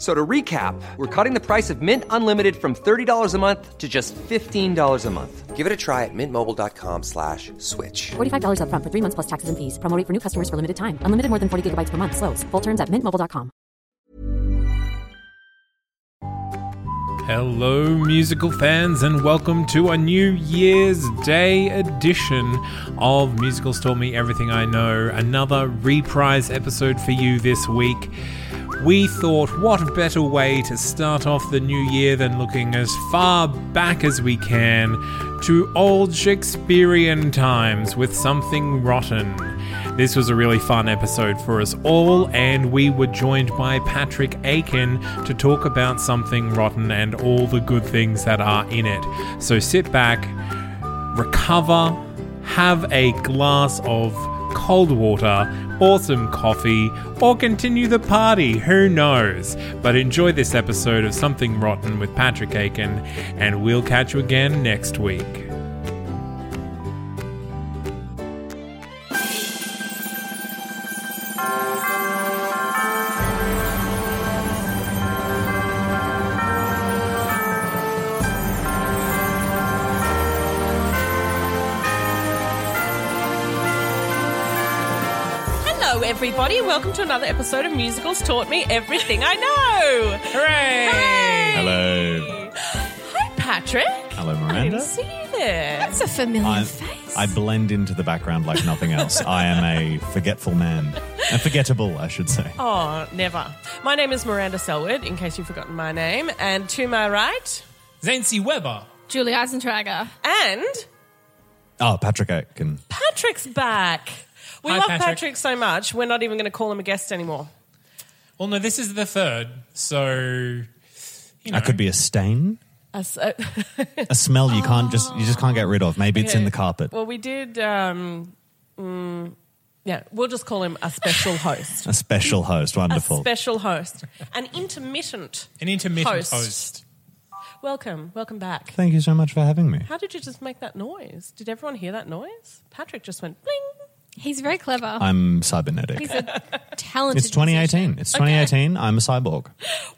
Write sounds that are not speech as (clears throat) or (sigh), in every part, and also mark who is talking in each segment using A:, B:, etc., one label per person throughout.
A: So to recap, we're cutting the price of Mint Unlimited from $30 a month to just $15 a month. Give it a try at mintmobile.com slash switch.
B: $45 upfront for three months plus taxes and fees. Promo rate for new customers for limited time. Unlimited more than 40 gigabytes per month. Slows. Full terms at mintmobile.com.
C: Hello, musical fans, and welcome to a New Year's Day edition of Musicals Taught Me Everything I Know. Another reprise episode for you this week. We thought, what better way to start off the new year than looking as far back as we can to old Shakespearean times with something rotten. This was a really fun episode for us all, and we were joined by Patrick Aiken to talk about something rotten and all the good things that are in it. So sit back, recover, have a glass of cold water or some coffee, or continue the party, who knows? But enjoy this episode of Something Rotten with Patrick Aiken, and we'll catch you again next week.
D: Hello, everybody. Welcome to another episode of Musicals Taught Me Everything I Know.
C: Hooray!
E: Hello.
D: Hi, Patrick.
E: Hello,
D: I didn't
E: Miranda.
D: see you there.
F: That's a familiar
E: I'm-
F: face.
E: I blend into the background like nothing else. I am a forgetful man. And forgettable, I should say.
D: oh, never. My name is Miranda Selwood, in case you've forgotten my name. And to my right,
C: Zancy Weber.
F: Julie Eisentrager.
D: and
E: Oh, Patrick Aiken.
D: Patrick's back. We
C: Hi,
D: love
C: Patrick.
D: Patrick. so much, we're not even going to call him a guest anymore.
C: Well, no, this is the third, so
E: I could be a stain,
D: Us- uh,
E: a smell you can't just you just can't get rid of. Maybe it's in the carpet.
D: well, we did. Um, mm, yeah, we'll just call him a special host.
E: A special host,
D: a
E: wonderful.
D: special host. An intermittent.
C: an intermittent
D: Host.
C: host.
D: Welcome. Welcome back.
E: Thank you so much for having me.
D: How did you just make that noise? Did everyone hear that noise? Patrick just went bling.
F: He's very clever.
E: I'm cybernetic.
F: He's a talented.
E: It's 2018. It's 2018. I'm a cyborg.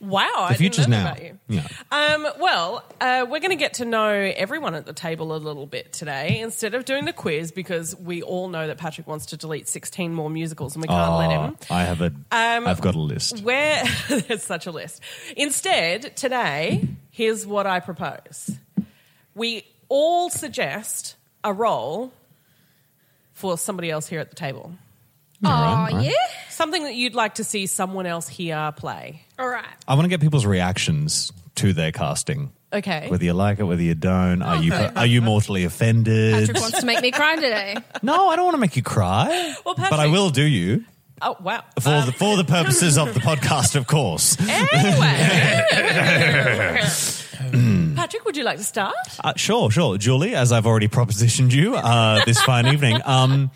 D: Wow, I
E: The
D: didn't
E: future's
D: know
E: now.
D: About you.
E: Yeah.
D: Um, well, uh, we're going to get to know everyone at the table a little bit today instead of doing the quiz because we all know that Patrick wants to delete 16 more musicals and we can't let him.
E: Oh,
D: Um,
E: I have a. have got a list.
D: Where (laughs) there's such a list. Instead, today, here's what I propose. We all suggest a role for somebody else here at the table.
F: Oh,
E: Alright, alright.
F: yeah?
D: Something that you'd like to see someone else here play.
F: All right.
E: I want to get people's reactions to their casting.
D: Okay.
E: Whether you like it, whether you don't, are you are you mortally offended?
F: Patrick wants to make me cry today.
E: No, I don't want to make (laughs) you cry.
D: Well,
E: but I
D: Patrick-
E: will do you
D: oh, wow.
E: for the for the purposes of the podcast, of course.
D: Eh-
E: (laughs)
D: Anyway. Patrick, would you like to start?
E: Uh, sure, sure, Julie. As I've already propositioned you uh, this fine evening, um,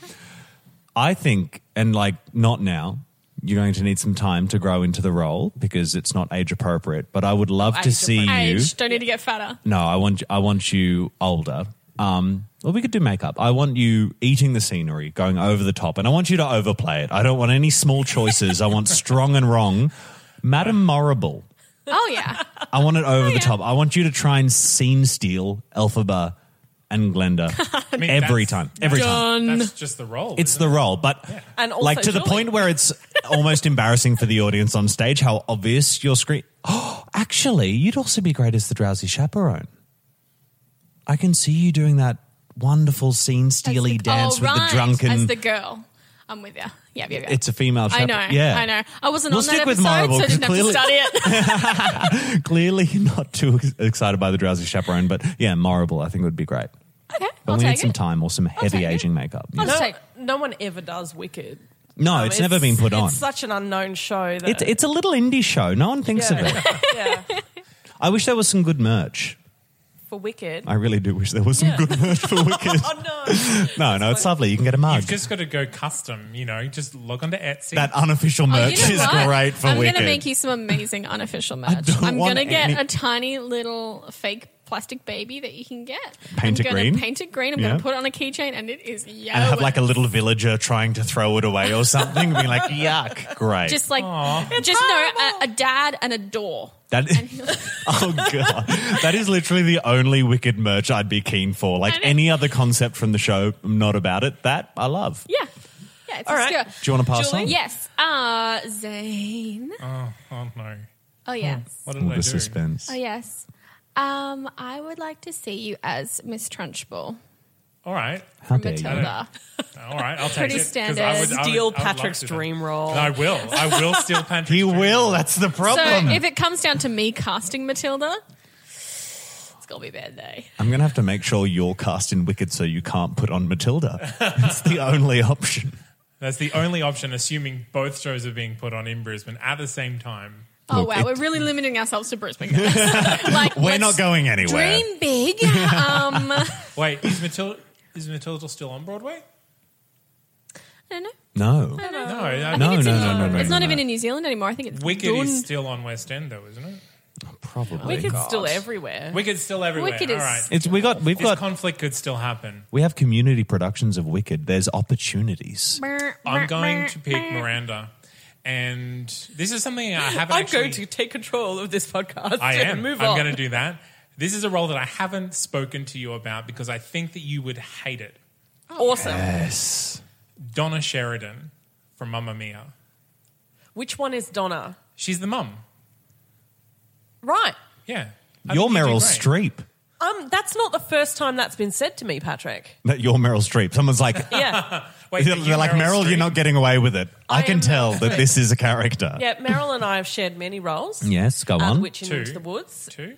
E: I think, and like not now, you're going to need some time to grow into the role because it's not age appropriate. But I would love to
D: Age
E: see you.
F: Age. Don't need to get fatter.
E: No, I want I want you older. Um, well, we could do makeup. I want you eating the scenery, going over the top, and I want you to overplay it. I don't want any small choices. I want strong and wrong, Madam Morrible.
F: Oh,
E: (laughs)
F: yeah.
E: I want it over the top. I want you to try and scene steal Elphaba and
F: (laughs)
E: Glenda
C: that's-
E: every time. Every time.
C: That's just the role.
E: It's the role, but
D: And also
E: like to the
D: Julie.
E: point where
F: (laughs)
E: it's almost embarrassing for the audience on stage how obvious your screen. (gasps) Oh, actually, you'd also be great as the drowsy chaperone. I can see you doing that wonderful scene steely
F: That's the-
E: dance
F: oh,
E: with
F: right,
E: the drunken.
F: As the girl. I'm with you. Yeah, yeah, yeah.
E: it's a female.
F: I
E: chaperone.
F: know.
E: Yeah,
F: I know. I wasn't
E: We'll
F: on that
E: stick with
F: episode,
E: Marvel,
F: so I didn't have
E: clearly-
F: to
E: (laughs)
F: study it.
E: Clearly, (laughs) you're not too ex- excited by the drowsy chaperone, but yeah, Morrible, I think would be great.
F: okay.
E: But
F: I'll
E: we need
F: take
E: some
F: it.
E: time or some heavy
F: take it.
E: aging makeup.
F: I'll
E: Yeah.
D: No,
F: take-
D: no one ever does Wicked. Um,
E: No, it's, never been put on.
D: It's such an unknown show that
E: It's it's a little indie show. No one thinks of it.
D: (laughs) yeah.
E: I wish there was some good merch.
D: For
E: (laughs)
D: Wicked.
E: I really do wish there was some good merch
F: (laughs)
E: for Wicked.
D: oh no.
E: No, no, it's lovely. You can get a mug.
C: You've just got to go custom, you know, just log onto Etsy.
E: That unofficial merch
F: Oh, You know
E: is
F: what?
E: great for
F: I'm
E: Wicked.
F: gonna make you some amazing unofficial merch.
E: don't
F: I'm
E: want
F: gonna get
E: any-
F: a tiny little fake plastic baby that you can get.
E: Paint
F: I'm
E: it
F: gonna
E: green?
F: Paint it green. I'm
E: Yeah.
F: gonna put it on a keychain, and it is yellow.
E: and have like a little villager trying to throw it away or something, being
F: (laughs)
E: like, "Yuck!" Great.
F: just like just no a, a dad and a door.
E: That (laughs)
F: (laughs)
E: oh god, that is literally the only wicked merch I'd be keen for. Like
F: know.
E: any other concept from the show, I'm not about it. That I love.
F: Yeah, yeah. It's
D: All right.
F: obscure.
E: Do you want to pass
D: Julie?
E: on?
F: Yes, uh, Zane.
C: oh, oh, no.
F: Oh
E: Hmm.
F: yes,
C: What did
E: All
C: I
E: the
C: do?
E: suspense.
F: oh yes. Um, I would like to see you as Miss Trunchbull
C: All right.
E: How
F: from
E: dare you.
F: Matilda.
C: All right. I'll take
F: Pretty
C: it. 'cause
F: standard.
C: I would- I would- I
D: Steal
C: would love
D: Patrick's
C: to do that.
D: dream role.
C: I will. I will steal Patrick's
E: He
C: dream
E: will. That's the
F: So
E: problem.
F: if it comes down to me casting Matilda, it's gonna be a bad day.
E: I'm gonna have to make sure you're cast in Wicked, so you can't put on Matilda. it's the only option.
C: That's the only option, assuming both shows are being put on in Brisbane at the same time.
F: Oh
E: Look,
F: wow,
E: it-
F: we're really limiting ourselves to Brisbane.
E: (laughs)
F: guys. like
E: We're
F: let's
E: not going anywhere.
F: Dream big. (laughs) Um, I
C: Wait, is Matilda is Matilda still on Broadway?
F: don't know.
C: No, I
E: No, No,
C: think
E: no,
C: it's
E: no, no, no.
F: It's not
E: no.
F: even in New Zealand anymore. I think it's
C: Wicked
F: Uh, Dun-
C: is still on West End though, isn't it?
E: probably.
D: Wicked's still everywhere.
C: Wicked's still everywhere.
F: Wicked
C: All
F: is-
C: right.
E: it's we got we've
C: This
E: got
C: conflict could still happen.
E: we have community productions of Wicked. There's opportunities.
C: I'm going to pick Miranda, and this is something
D: (gasps)
C: I haven't.
D: I'm
C: actually,
D: going to take control of this podcast.
C: I am.
D: And move
C: I'm
D: on.
C: going to do that. This is a role that I haven't spoken to you about because I think that you would hate it.
D: awesome.
E: Yes.
C: Donna Sheridan from Mamma Mia.
D: Which one is Donna?
C: She's the mum.
D: Right.
C: Yeah. I
E: You're
C: think you'd do
E: Meryl
C: great.
E: Streep.
D: Um, that's not the first time that's been said to
C: (laughs)
D: me, Patrick.
E: That you're Meryl Streep. Someone's like,
D: (laughs) Yeah.
C: Wait,
E: they're
C: are you
E: like Meryl, (laughs) you're
C: Streep?
E: not getting away with it. I,
D: I
E: can
D: am
E: tell
D: Meryl
E: that
D: Streep.
E: this is
D: (laughs)
E: a character.
D: yeah, Meryl and I have shared many roles.
E: Yes, go
D: Uh,
E: on.
D: the Witch and
C: Two.
D: Into the Woods.
C: Two?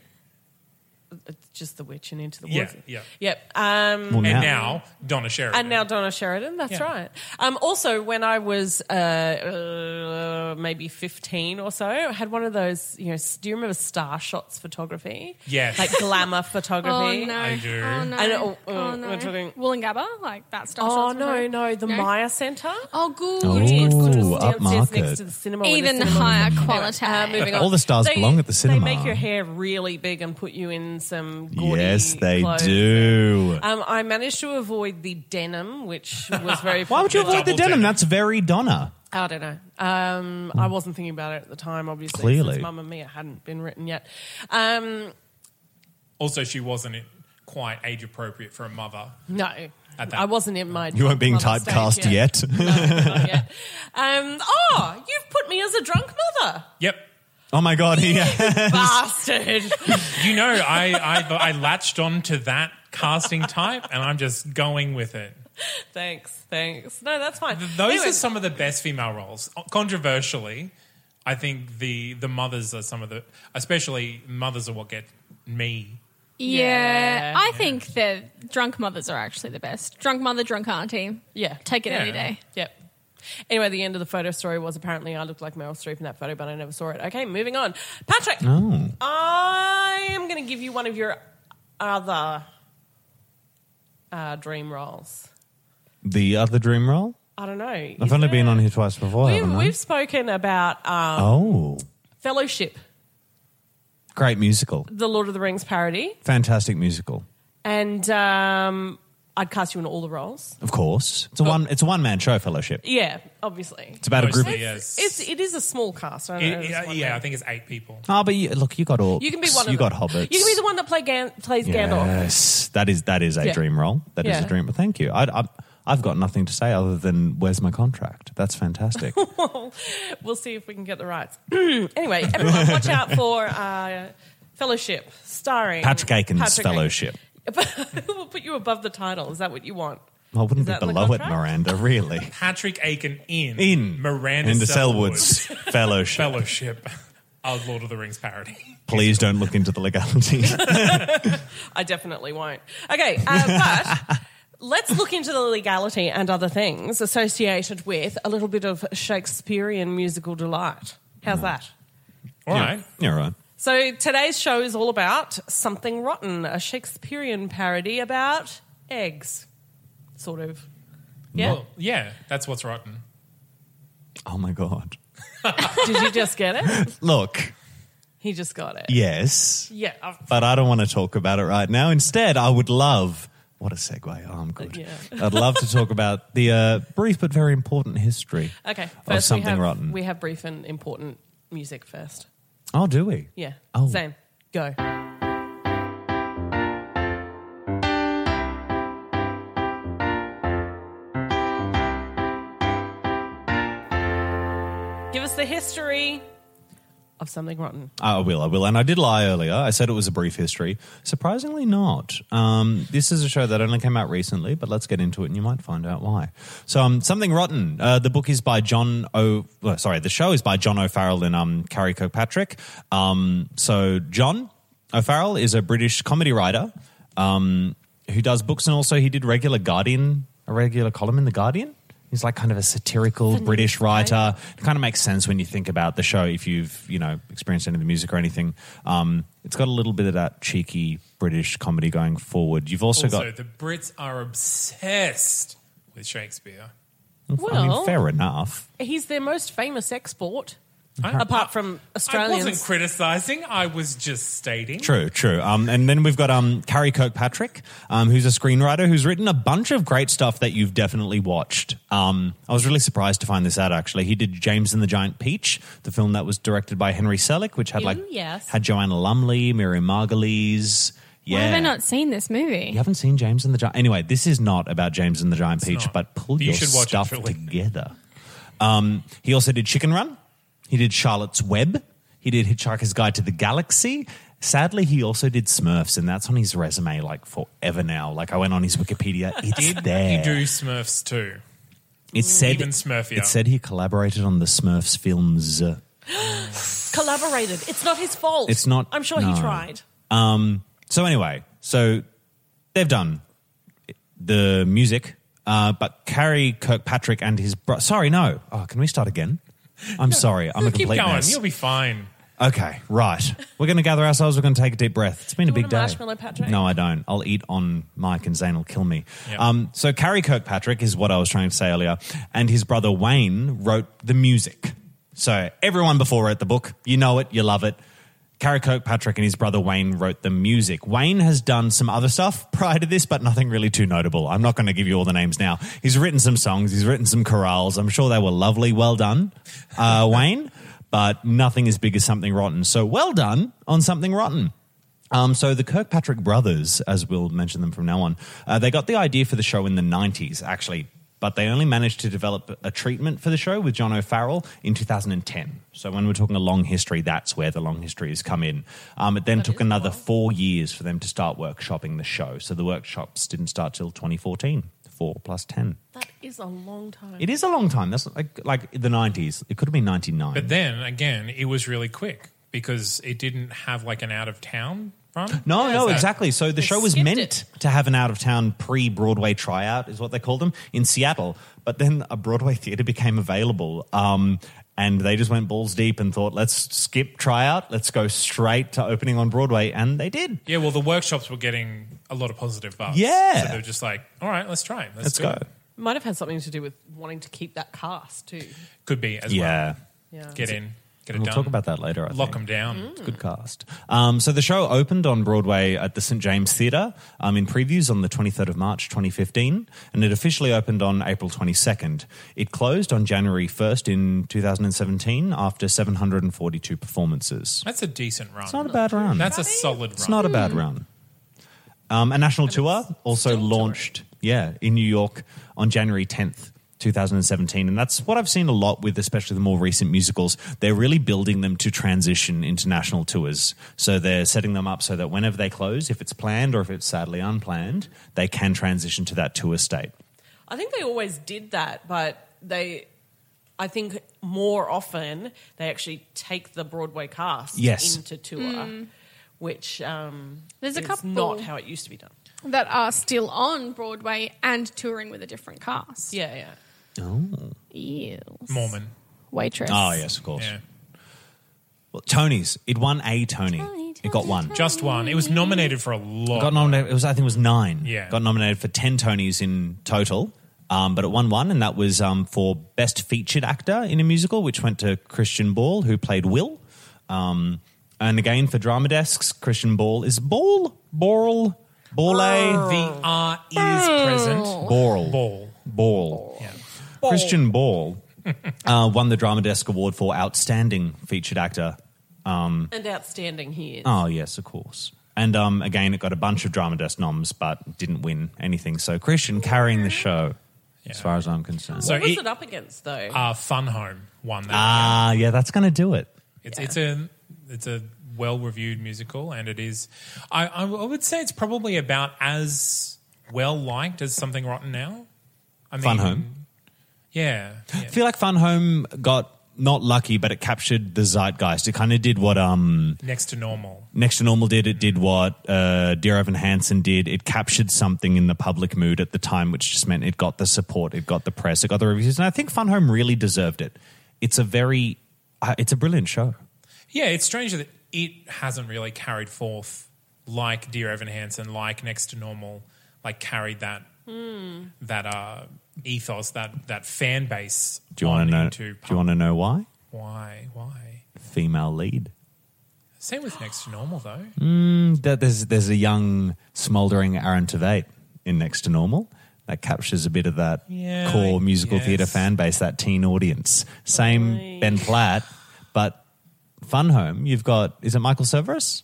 D: It's just The Witch and Into the
C: Yeah,
D: Woods.
C: yeah.
D: Yep. Um,
E: Well,
C: And now Donna Sheridan.
D: And now Donna Sheridan, that's
C: Yeah.
D: right. Um, also, when I was uh, uh, maybe 15 or so, I had one of those, you know, s- do you remember star shots photography?
C: Yes.
D: Like
C: (laughs)
D: glamour
F: Oh
D: photography.
F: no!
C: I do.
F: Oh no!
D: I know, uh,
F: oh
D: we're
F: no!
D: talking-
F: Wollongabba, like that stuff.
D: Oh, no, no, the Maya Centre.
F: Oh, good.
E: Oh,
D: Downstairs next to
E: upmarket.
D: the cinema. when the
F: Even
D: cinema-
F: higher
D: Anyway,
F: quality.
D: uh, moving on.
E: All the stars belong at the cinema.
D: They make your hair really big and put you in some gaudy
E: Yes, they
D: clothes.
E: do.
D: Um, I managed to avoid the denim, which was very.
E: (laughs) Why would you
D: popular.
E: avoid the
C: Double
E: denim?
C: denim.
E: That's very Donna.
D: I don't know. Um, I wasn't thinking about it at the time, obviously.
E: Clearly.
D: since Mamma Mia hadn't been written yet. Um,
C: also, she wasn't quite age appropriate for a mother.
D: no,
C: At that-
D: I wasn't in my.
E: You weren't being
D: mother
E: typecast
D: stage
E: yet. (laughs)
D: Not yet. Um, oh, you've put me as a drunk
E: (laughs)
D: mother,
C: Yep.
E: oh my
D: (laughs)
E: god, yeah.
D: bastard.
C: You know, I, I, I latched on to that casting type and I'm just going with it.
D: thanks, thanks. No, that's fine.
C: Those
D: Anyway,
C: are some of the best female roles. Controversially, I think the, the mothers are some of the, especially mothers are what get me.
F: Yeah, I think the drunk mothers are actually the best. Drunk mother, drunk auntie.
D: yeah,
F: Take it
C: Yeah.
F: any day.
E: Mm,
D: Yep. Anyway, the end of the photo story was apparently I looked like Meryl Streep in that photo, but I never saw it. Okay, moving on. Patrick,
E: Oh,
D: I am going to give you one of your other uh, dream roles.
E: the other dream role?
D: I don't know.
E: I've
D: Is
E: only
D: there-
E: been on here twice before. haven't
D: We've,
E: I?
D: we've spoken about um,
E: oh,
D: Fellowship,
E: great musical.
D: the Lord of the Rings parody,
E: Fantastic musical.
D: and um, I'd cast you in all the roles.
E: Of course. It's a one it's a one man show fellowship.
D: Yeah, obviously.
E: It's about a group
C: Mostly,
E: of
C: yes.
D: It's it is a small cast. I don't know,
C: It-
D: it's
C: yeah,
D: one
C: yeah,
D: man.
C: I think it's eight people.
E: Oh, but you, look, you got all.
D: you can be one.
E: You
D: of
E: got
D: them.
E: hobbits.
D: You can be the one that play Gan- plays Gandalf.
E: Yes, that is that is a
D: Yeah.
E: dream role. That is
D: Yeah.
E: a dream. Well, Thank you. I, I, I've got nothing to say other than where's my contract?
D: (laughs)
E: That's fantastic.
D: We'll see if we can get the rights. (clears throat) anyway, everyone, watch out for uh, Fellowship, starring
E: Patrick Aiken's
D: Patrick
E: fellowship.
D: Aiken. (laughs) we'll put you above the title. Is that what you want?
E: I
D: Is
E: wouldn't be
D: that in the
E: below it,
D: contract?
E: Miranda. Really,
C: Patrick Aiken (laughs) in,
E: in
C: Miranda
E: in the
C: Selwood's
E: Selwoods (laughs) fellowship.
C: Fellowship, a Lord of the Rings parody. (laughs)
E: Please don't look into the legality. (laughs)
D: I definitely won't. Okay, uh, but Let's look into the legality and other things associated with a little bit of Shakespearean musical delight. How's
E: Hmm.
D: that?
C: All right.
E: (laughs) Yeah, right.
D: So today's show is all about Something Rotten, a Shakespearean parody about eggs. Sort of. Yeah.
C: Well, yeah, that's what's rotten.
E: Oh my god.
D: Did you just get
E: (laughs)
D: it?
E: Look,
D: He just got it.
E: yes,
D: Yeah. I've-
E: but I don't want to talk about it right now. Instead, I would love. What a segue! Oh, I'm good.
D: Yeah.
E: I'd love to talk about the uh, brief but very important
D: (laughs)
E: history.
D: Okay.
E: of
D: First
E: something
D: we have,
E: rotten.
D: We have brief and important music first.
E: oh, do we?
D: Yeah.
E: Oh.
D: Same. Go. Give us the history of something rotten.
E: Ah, I will, I will. And I did lie earlier. I said it was a brief history. Surprisingly, not. Um, this is a show that only came out recently, but let's get into it and you might find out why. So, um, Something Rotten. Uh, the book is by John O. well, sorry, the show is by John O'Farrell and um, Carrie Kirkpatrick. Um, so, John O'Farrell is a British comedy writer um, who does books and also he did regular Guardian, a regular column in The Guardian. He's like kind of a satirical British writer. It kind of makes sense when you think about the show if you've you know experienced any of the music or anything. Um, it's got a little bit of that cheeky British comedy going forward. You've also,
C: also,
E: got
C: the Brits are obsessed with Shakespeare.
E: I
D: Well,
E: mean, fair enough.
D: he's their most famous export,
C: I-
D: apart from
C: I wasn't
D: Australians.
C: criticizing. I was just stating.
E: True, true. Um, and then we've got um, Carrie Kirkpatrick, um, who's a screenwriter who's written a bunch of great stuff that you've definitely watched. Um, I was really surprised to find this out. Actually, he did James and the Giant Peach, the film that was directed by Henry Selick, which had like
F: Ooh, yes.
E: had Joanna Lumley, Miriam Margolyes. Yeah,
F: Why have I not seen this movie?
E: You haven't seen James and the Giant. Anyway, this is not about James and the Giant Peach,
C: not.
E: but pull
C: You
E: your
C: should watch it,
E: stuff
C: Julie.
E: together. Um, he also did Chicken Run. He did Charlotte's Web. He did Hitchhiker's Guide to the Galaxy. Sadly, he also did Smurfs, and that's on his resume like forever now. Like I went on his
C: (laughs)
E: Wikipedia, it's there.
C: You do Smurfs too.
E: it said
C: even Smurfier.
E: It said he collaborated on the Smurfs films.
D: Collaborated. It's not his fault.
E: It's not-
D: I'm sure
E: no.
D: he tried.
E: Um, so anyway, so they've done the music, uh, but Carrie Kirkpatrick and his bro- sorry, no. Oh, can we start again? I'm sorry, I'm a
C: Keep
E: complete
C: going.
E: mess.
C: You'll be fine.
E: okay, right. We're going to gather ourselves. We're going to take a deep breath. It's been a
D: you
E: big
D: want
E: day.
D: a marshmallow, Patrick?
E: No, I don't. I'll eat on Mike, and Zane will kill me.
C: Yep.
E: Um, so Carrie Kirkpatrick is what I was trying to say earlier, and his brother Wayne wrote the music. So everyone before wrote the book. You know it. You love it. Carrie Kirkpatrick and his brother Wayne wrote the music. Wayne has done some other stuff prior to this, but nothing really too notable. I'm not going to give you all the names now. He's written some songs. He's written some chorales. I'm sure they were lovely. Well done, uh, (laughs) Wayne. But nothing as big as something rotten. So well done on something rotten. Um, so the Kirkpatrick brothers, as we'll mention them from now on, uh, they got the idea for the show in the 90s, actually, but they only managed to develop a treatment for the show with John O'Farrell in 2010. So when we're talking a long history, that's where the long history has come in. Um, it then took another four years for them to start workshopping the show. So the workshops didn't start till 2014. Four plus ten.
D: That is a long time.
E: It is a long time. That's like like the nineties. It could have been ninety nine.
C: But then again, it was really quick because it didn't have like an out of town run.
E: No,
C: Is
E: no,
C: that-
E: exactly. So the show was
D: skipped
E: meant
D: it.
E: to have an out of town pre Broadway tryout, is what they called them, in Seattle. But then a Broadway theater became available. Um, and they just went balls deep and thought, let's skip tryout, let's go straight to opening on Broadway. And they did.
C: Yeah, well, the workshops were getting a lot of positive buzz.
E: Yeah.
C: so they were just like, "All right, let's try it. Let's,
E: Let's
C: do
E: go.
C: It.
D: Might have had something to do with wanting to keep that cast too.
C: Could be as
E: Yeah.
D: Yeah.
C: well. Get in, get it
E: We'll
C: done.
E: talk about that later. I
C: Lock them
E: think.
C: down.
E: Good cast. Um, so the show opened on Broadway at the St James Theatre um, in previews on the 23rd of March 2015, and it officially opened on April 22nd. It closed on January 1st in 2017 after 742 performances.
C: That's a decent run.
E: It's not a bad run.
C: That's a solid run.
E: It's not a bad run. Um, a national tour also launched, yeah, in New York on January 10th, 2017. And that's what I've seen a lot with, especially the more recent musicals. They're really building them to transition into national tours. So they're setting them up so that whenever they close, if it's planned or if it's sadly unplanned, they can transition to that tour state.
D: I think they always did that, but they, I think more often they actually take the Broadway cast
E: Yes.
D: into tour, which um,
F: There's a
D: is
F: couple-
D: not how it used to be done.
F: that are still on Broadway and touring with a different cast.
D: Yeah, yeah.
F: Eels.
C: Mormon.
F: Waitress.
E: Oh, yes, of course.
C: Yeah.
E: Well, Tony's. It won a Tony.
F: Tony,
E: it got
F: Tony,
E: one.
C: Just one. It was nominated for a lot.
E: Got nominated. It was, I think, it was nine.
C: Yeah.
E: Got nominated for ten Tonys in total, um, but it won one, and that was um, for best featured actor in a musical, which went to Christian Ball, who played Will. Um, and again for drama desks, Christian Ball is Ball, Borl, Borlay,
C: The R is present.
E: Borl,
C: Ball.
E: Ball. Christian Ball (laughs) uh, won the Drama Desk Award for Outstanding Featured Actor.
D: And outstanding he is.
E: Oh, yes, of course. And um, again, it got a bunch of Drama Desk noms, but didn't win anything. So Christian carrying the show, as far as I'm concerned.
C: So
D: what was
C: it,
D: it up against though?
C: uh, Fun Home won that.
E: Ah, yeah, that's going to do it.
C: It's it's a it's a well reviewed musical, and it is. I I w- I would say it's probably about as well liked as Something Rotten now. I mean,
E: Fun Home.
C: Yeah, yeah.
E: I feel like Fun Home got not lucky, but it captured the zeitgeist. It kind of did what um,
C: next to normal.
E: Next to Normal did. It did what uh, Dear Evan Hansen did. It captured something in the public mood at the time, which just meant it got the support, it got the press, it got the reviews, and I think Fun Home really deserved it. It's a very, uh, it's a brilliant show.
C: Yeah, it's strange that it hasn't really carried forth like Dear Evan Hansen, like Next to Normal, like carried that
E: Hmm.
C: that uh, ethos, that that fan base.
E: Do you want
C: on
E: to know?
C: into
E: Do you want to know why?
C: why why?
E: Female lead.
C: Same with Next to Normal though.
E: That there's there's a young smoldering Aaron Tveit in Next to Normal that captures a bit of that
C: Yeah,
E: core
C: I
E: musical
C: guess.
E: theatre fan base, that teen audience. Same Ben Platt, but Fun Home. You've got is it Michael Severus?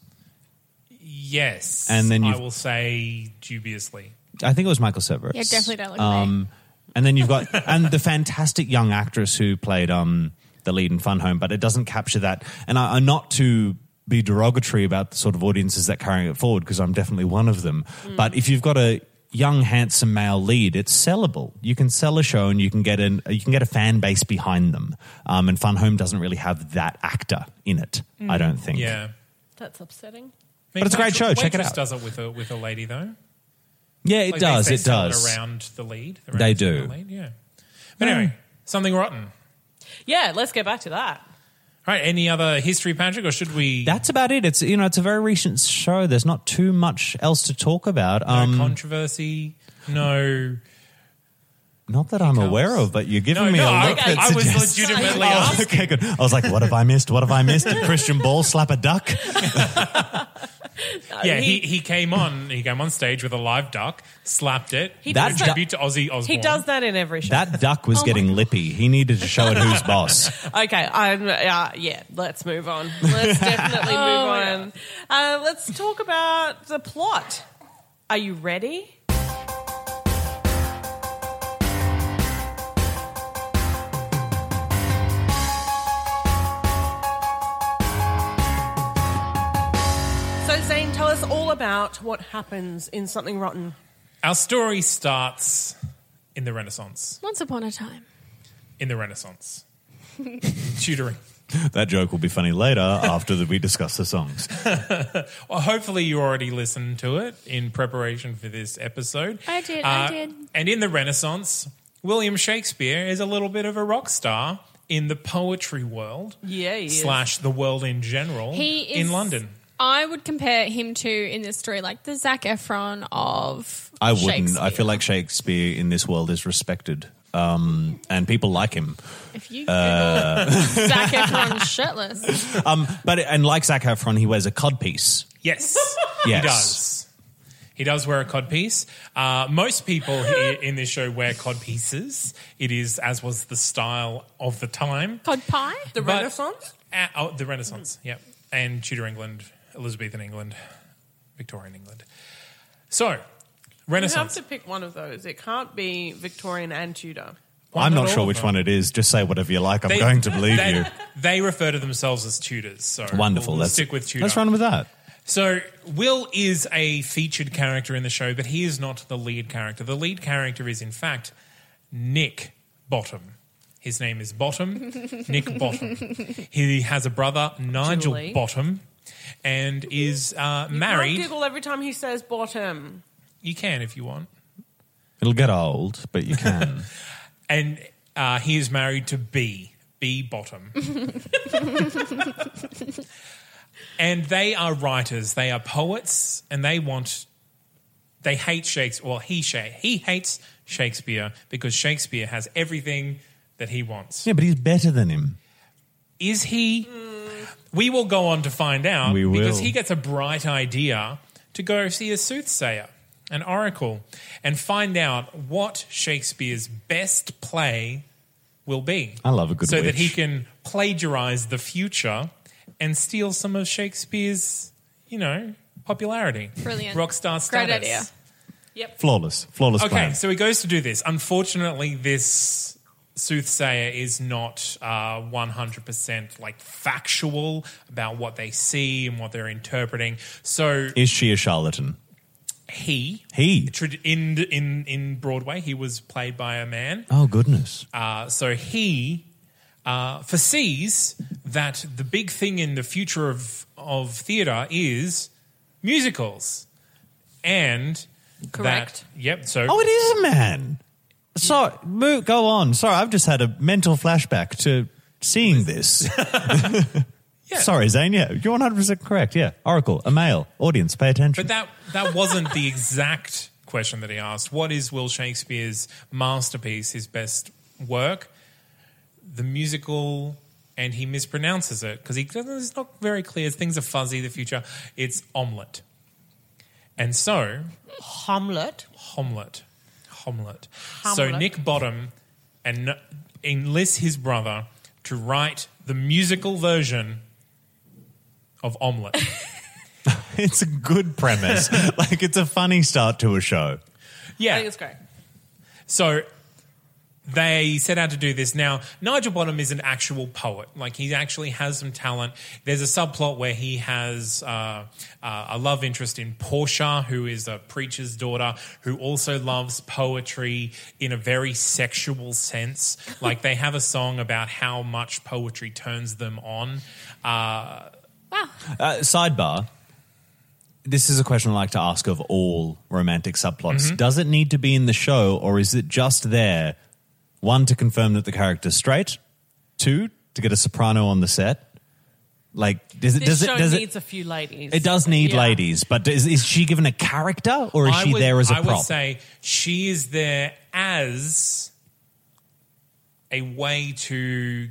C: Yes,
E: And then
C: I
E: you've-
C: will say dubiously.
E: I think it was Michael Severus.
F: Yeah, definitely don't look
E: Um, and then you've got and the fantastic young actress who played um the lead in Fun Home, but it doesn't capture that. And I, I'm not to be derogatory about the sort of audiences that carrying it forward because I'm definitely one of them. But if you've got a young handsome male lead, it's sellable. You can sell a show and you can get an you can get a fan base behind them. Um, and Fun Home doesn't really have that actor in it. I don't think.
C: Yeah.
D: That's upsetting.
C: But
E: it's a great show. Check it out.
C: does it with a with a lady though.
E: yeah, it
C: Like, they-
E: does.
C: they
E: It
C: sell
E: does.
C: around the lead. around
E: They
C: the
E: do.
C: lead, yeah. But anyway, something rotten. All
D: Yeah, let's go back to that.
C: right. Any other history, Patrick, or should we?
E: That's about it. It's you know it's a very recent show. There's not too much else to talk about.
C: no
E: Um,
C: controversy. No.
E: Not that I'm aware of, but you're giving
C: No,
E: me
C: no.
E: a
C: I,
E: look
C: I
E: that
C: was (laughs)
E: suggests.
C: legitimately
E: Oh, (laughs)
C: asked.
E: okay, good. I was like, what have I missed? What have I missed? Did Christian Ball slap a duck?
D: Uh,
C: Yeah, he, he came on. He came on stage with a live duck, slapped it. He
E: That
C: that
E: does that-
C: tribute to Ozzy Osbourne.
D: He does that in every show.
E: That duck was getting lippy. He needed to show it who's boss.
D: Okay, I'm. Uh, yeah, let's move on. (laughs) Let's definitely move on. Uh, let's talk about the plot. Are you ready? So, Zane, tell us all about what happens in Something Rotten.
C: Our story starts in the Renaissance.
F: Once upon a time.
C: In the Renaissance. (laughs) Tutoring.
E: That joke will be funny later after that we discuss the songs.
C: Well, hopefully you already listened to it in preparation for this episode. Uh,
F: I did, I did.
C: And in the Renaissance, William Shakespeare is a little bit of a rock star in the poetry world.
D: Yeah, he is.
C: slash the world in general.
F: He is
C: in London.
F: I would compare him to in this story like the Zac Efron of
E: I wouldn't. I
F: Shakespeare.
E: feel like Shakespeare in this world is respected. Um, and people like him.
F: if you Google Zac Efron shirtless,
E: Um, but and like Zac Efron, he wears a codpiece.
F: (laughs)
C: Yes,
E: Yes.
C: he does. He does wear a codpiece. Uh, most people here in this show wear codpieces. It is, as was the style of the time.
F: cod pie.
D: The
C: But-
D: Renaissance?
C: Uh, oh, the Renaissance, yep. And Tudor England, Elizabethan England, Victorian England. So,
D: You have
C: Renaissance.
D: to pick one of those. It can't be Victorian and Tudor.
C: Why
E: I'm
C: not
E: not
C: all
E: sure
C: of
E: which
C: them?
E: one it is. Just say whatever you like. I'm
C: They-
E: going to believe
C: they, (laughs)
E: you.
C: They refer to themselves as Tudors. So
E: Wonderful.
C: We'll
E: Let's
C: stick with Tudor.
E: Let's run with that.
C: So Will is a featured character in the show, but he is not the lead character. The lead character is, in fact, Nick Bottom. His name is Bottom, Nick Bottom. He has a brother, Nigel
D: Julie.
C: Bottom, and is uh,
D: I'll
C: married.
D: Google every time he says bottom.
C: You can if you want.
E: It'll get old, but you can.
C: And uh, he is married to B, B Bottom. and they are writers, they are poets, and they want, they hate Shakespeare. Well, he, sha- he hates Shakespeare because Shakespeare has everything that he wants.
E: yeah, but he's better than him.
C: Is he? We will go on to find out
E: We will.
C: because he gets a bright idea to go see a soothsayer, an oracle, and find out what Shakespeare's best play will be.
E: I love a good
C: so that
E: witch.
C: he can plagiarize the future and steal some of Shakespeare's, you know, popularity,
F: Brilliant.
C: rock star status.
F: Great idea.
E: Flawless, flawless
C: Okay,
E: plan.
C: so he goes to do this. Unfortunately, this soothsayer is not uh, 100% like factual about what they see and what they're interpreting. So
E: Is she a charlatan?
C: he,
E: He.
C: trad- in, in, in Broadway, he was played by a man.
E: Oh goodness.
C: Uh, so he uh, foresees that the big thing in the future of, of theatre is musicals. And that-
D: Correct.
C: yep. So
E: Oh, it is a man. Sorry, mo- go on. Sorry, I've just had a mental flashback to seeing this. Sorry, Zane. Yeah, you're 100 percent correct. Yeah, Oracle, a male audience, pay attention.
C: But that that wasn't the exact question that he asked. What is Will Shakespeare's masterpiece, his best work? The musical, and he mispronounces it because he doesn't- it's not very clear. Things are fuzzy. The future, it's omelet, and so
D: Hamlet.
C: Homlet. Homlet. So
D: Homlet.
C: Nick Bottom and enlists his brother to write the musical version of Omelette.
E: (laughs) it's a good premise. like it's a funny start to a show.
C: Yeah.
D: I think it's great.
C: So they set out to do this. Now, Nigel Bottom is an actual poet. Like, he actually has some talent. There's a subplot where he has uh, uh, a love interest in Portia, who is a preacher's daughter, who also loves poetry in a very sexual sense. Like, they have a song about how much poetry turns them on. Uh,
E: Uh, sidebar. This is a question I like to ask of all romantic subplots.
D: Mm-hmm.
E: Does it need to be in the show, or is it just there? One to confirm that the character's straight. Two to get a soprano on the set. Like, does it?
D: This
E: does
D: show
E: it? Does
D: needs
E: it?
D: a few ladies.
E: It does need
D: Yeah.
E: ladies, but is, is she given a character, or is she
C: would,
E: there as a
C: I
E: prop?
C: would say she is there as a way to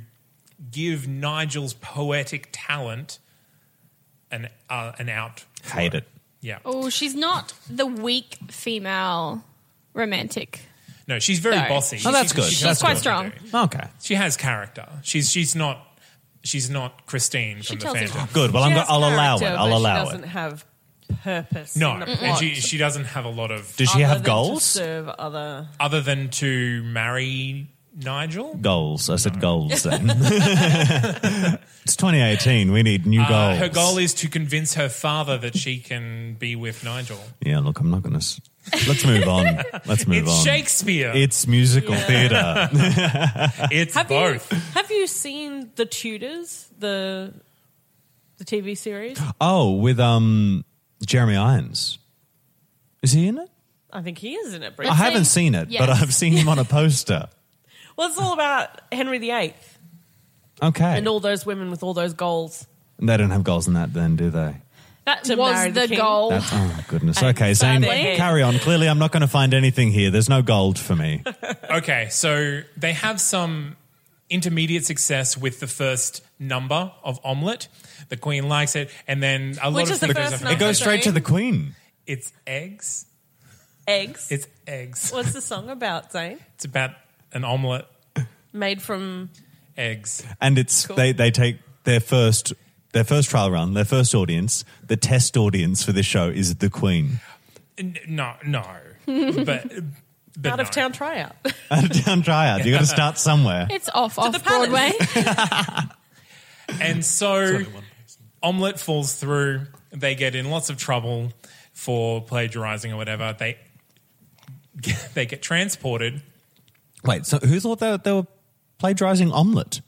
C: give Nigel's poetic talent an uh, an out.
E: Hate it.
C: Yeah.
F: Oh, she's not the weak female romantic.
C: No, she's very
F: Sorry.
C: bossy.
E: Oh, that's
C: She-
E: good.
C: she
E: She's
C: knows
F: quite
C: what to
F: strong.
C: do.
E: Okay,
C: She has character. She's she's not she's not Christine
F: She
C: from the
F: tells it
C: Phantom.
E: good. Well, I'm
D: She
E: go-
D: has
E: I'll allow it.
D: character,
E: I'll
D: but
E: allow
D: She
E: it.
D: doesn't have purpose.
C: No,
D: in the
C: and
D: plot
C: she she doesn't have a lot of
E: Does she
D: other
E: have
D: than To
E: goals?
D: serve other.
C: other than to marry Nigel.
E: Goals. I
D: Mm.
E: said goals.
D: (laughs)
E: Then (laughs) it's 2018. We need new
C: Uh,
E: goals.
C: her goal is to convince her father that she can be with Nigel.
E: Yeah, look, I'm not going to. Let's move on. Let's move
C: it's
E: on.
C: Shakespeare.
E: It's musical theatre.
C: it's
D: Have
C: both.
D: you (laughs) have you seen the Tudors the the TV
E: (gasps)
D: series?
E: Oh, with um Jeremy Irons. Is he in it?
D: I think he is in it.
E: I
D: Briefly.
E: haven't seen it, but
F: Yes.
E: I've seen him on a poster.
D: Well, it's all about Henry VIII
E: Okay.
D: and all those women with all those goals.
E: they don't have goals in that, then, do they?
F: That
D: To marry
F: was
D: the
F: the,
D: king.
F: goal.
E: That's, oh goodness. Okay, Zane,
D: sadly-
E: carry on. Clearly, I'm not going to find anything here. There's no gold for me.
C: Okay, so they have some intermediate success with the first number of omelet. The queen likes it, and then a lot
D: Which
C: of
D: is the
C: things
D: first
C: happen.
D: number?
E: It goes straight to the Queen.
C: It's eggs.
D: Eggs.
C: It's eggs.
D: What's the song about, Zane?
C: It's about an omelet.
D: Made from
C: Eggs.
E: and it's they, they take their first their first trial run, their first audience, the test audience for this show is the Queen.
C: N- No,
D: (laughs)
C: no. but but
D: out
C: no.
D: of town tryout.
E: Out (laughs) of town tryout. You got to start somewhere.
F: It's off
D: the
F: off
D: palace. (laughs)
F: Broadway.
C: And so omelet falls through. They get in lots of trouble for plagiarizing or whatever. They (laughs) they get transported.
E: Wait, so who thought that they were plagiarizing omelette?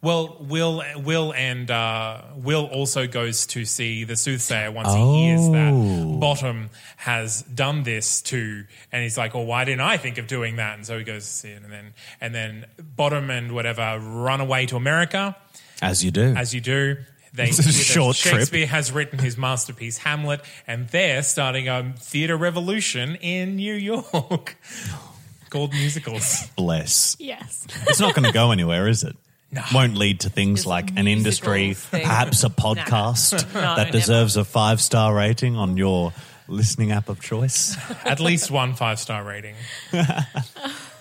C: Well, Will Will and uh, Will also goes to see the soothsayer once he hears
E: Oh.
C: that Bottom has done this to, and he's like, "Oh, why didn't I think of doing that?" And so he goes to see it, and then and then Bottom and whatever run away to America
E: As you do.
C: as you do. They
E: It's a short trip.
C: Shakespeare has written his masterpiece Hamlet, and they're starting a theater revolution in New York (laughs) called musicals.
E: Bless.
F: Yes.
E: It's not going to go anywhere,
C: (laughs)
E: is it? Won't lead to things like an industry,
D: musicals thing.
C: (laughs)
E: perhaps a podcast
D: No,
E: that
D: never.
E: deserves a five star rating on your listening app of choice.
C: At least one five star
E: (laughs)
C: rating,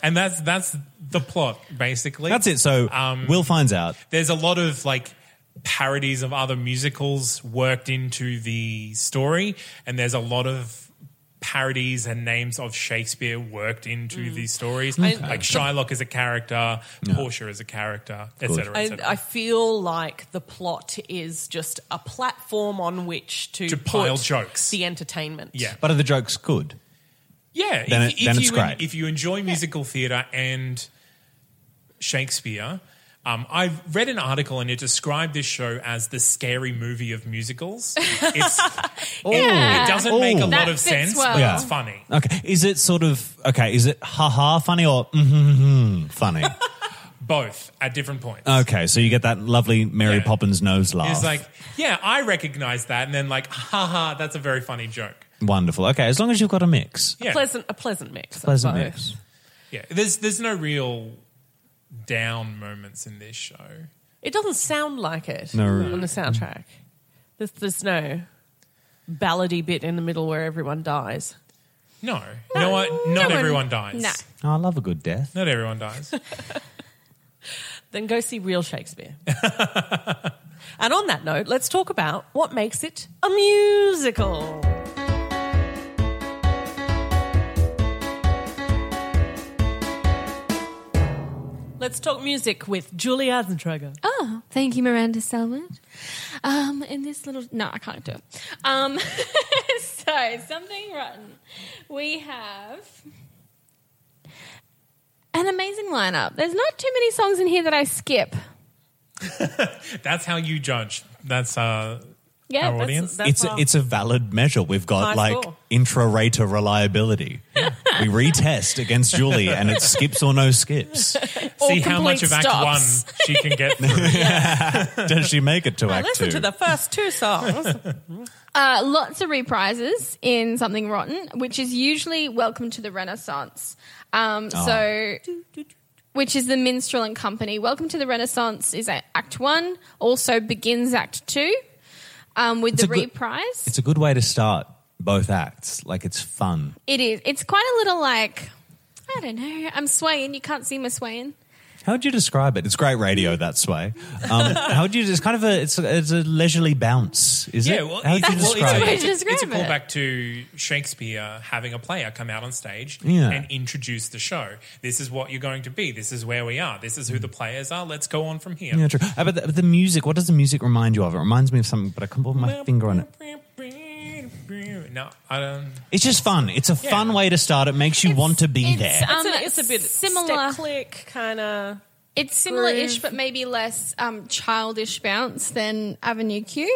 C: and that's that's the plot basically.
E: That's it. So
C: Um,
E: Will finds out.
C: There's a lot of like parodies of other musicals worked into the story, and there's a lot of parodies and names of Shakespeare worked into
E: Mm.
C: these stories. Like Shylock is a character, Portia is a character, etc. Et
D: I,
C: cetera.
D: I feel like the plot is just a platform on which to,
C: To pile
D: put
C: jokes.
D: the entertainment.
C: Yeah.
E: But are the jokes good?
C: Yeah,
E: Then
C: if,
E: it- then
C: if
E: it's
C: you,
E: great.
C: If you enjoy musical theatre and Shakespeare, um, I read an article and it described this show as the scary movie of
F: (laughs)
C: musicals. It's, it, it doesn't make a
E: Ooh.
C: lot
F: That
C: of
F: fits
C: sense,
F: well.
C: but
F: Yeah.
C: it's funny.
E: Okay. Is it sort of okay? Is it ha ha funny or mm
C: (laughs)
E: funny?
C: Both at different points.
E: okay, Oh. so you get that lovely Mary
C: Yeah.
E: Poppins nose laugh.
C: It's like, yeah, I recognize that, and then like, haha, that's a very funny joke.
E: wonderful. Okay, as long as you've got a mix,
C: Yeah,
D: Pleasant, a pleasant mix.
E: pleasant
D: I suppose.
E: mix.
C: yeah. There's there's no real down moments in this show.
D: It doesn't sound like it
E: No.
D: on the soundtrack. There's, there's no ballady bit in the middle where everyone dies.
C: No, no, I, not
F: one-
C: everyone dies.
F: No.
E: Oh, I love a good death.
C: Not everyone dies.
D: Then go see real Shakespeare.
E: (laughs)
D: and on that note, let's talk about what makes it a musical. Let's talk music with Julie Eisentrager.
F: Oh, thank you, Miranda Selwood. Um, in this little no, I can't do it. Um, (laughs) so something rotten. We have an amazing lineup. There's not too many songs in here that I skip.
C: That's how you judge. That's uh,
F: Yeah,
C: Our
F: that's-
C: audience?
D: That's
E: it's a,
D: our-
E: it's a valid measure. We've got
D: High
E: like
D: score.
E: intra-rater reliability. we retest against Julie, and it's skips or no skips.
F: Or
C: see how much
F: complete
C: of Act
F: stops.
C: One (laughs) she can get
E: (laughs)
C: through.
E: Does she make it to
D: I
E: Act Two?
D: listened to the first two
E: (laughs)
D: songs.
F: Uh, lots of reprises in Something Rotten, which is usually Welcome to the Renaissance. Um,
E: Ah.
F: So, which is the Minstrel and Company. Welcome to the Renaissance is at Act One, also begins Act Two um, with
E: It's
F: the
E: a good-
F: reprise.
E: it's a good way to start both acts. Like it's fun.
F: it is. It's quite a little like, I don't know, I'm swaying. You can't see me swaying.
E: How would you describe it? It's great radio that way. Um, how would you? It's kind of a it's a, it's a leisurely bounce, is
C: Yeah,
E: it?
C: well,
E: how would
C: it's-
E: you
C: well,
E: describe
F: How would
C: it's,
E: it?
F: you
C: it's, it's a
F: describe it?
C: callback to Shakespeare having a player come out on stage
E: Yeah.
C: and introduce the show. This is what you're going to be. This is where we are. This is who the players are. Let's go on from here.
E: Yeah, true. Uh, but the, but the music. What does the music remind you of? It reminds me of something, but I can't put my finger on it.
C: No, I don't.
E: It's just fun. It's a fun way to start. It makes you want to be
F: it's-
E: there.
F: Um,
D: it's, a, it's a bit
F: similar.
D: step click kind of.
F: It's similar ish,
D: Groove.
F: but maybe less um, childish bounce than Avenue Q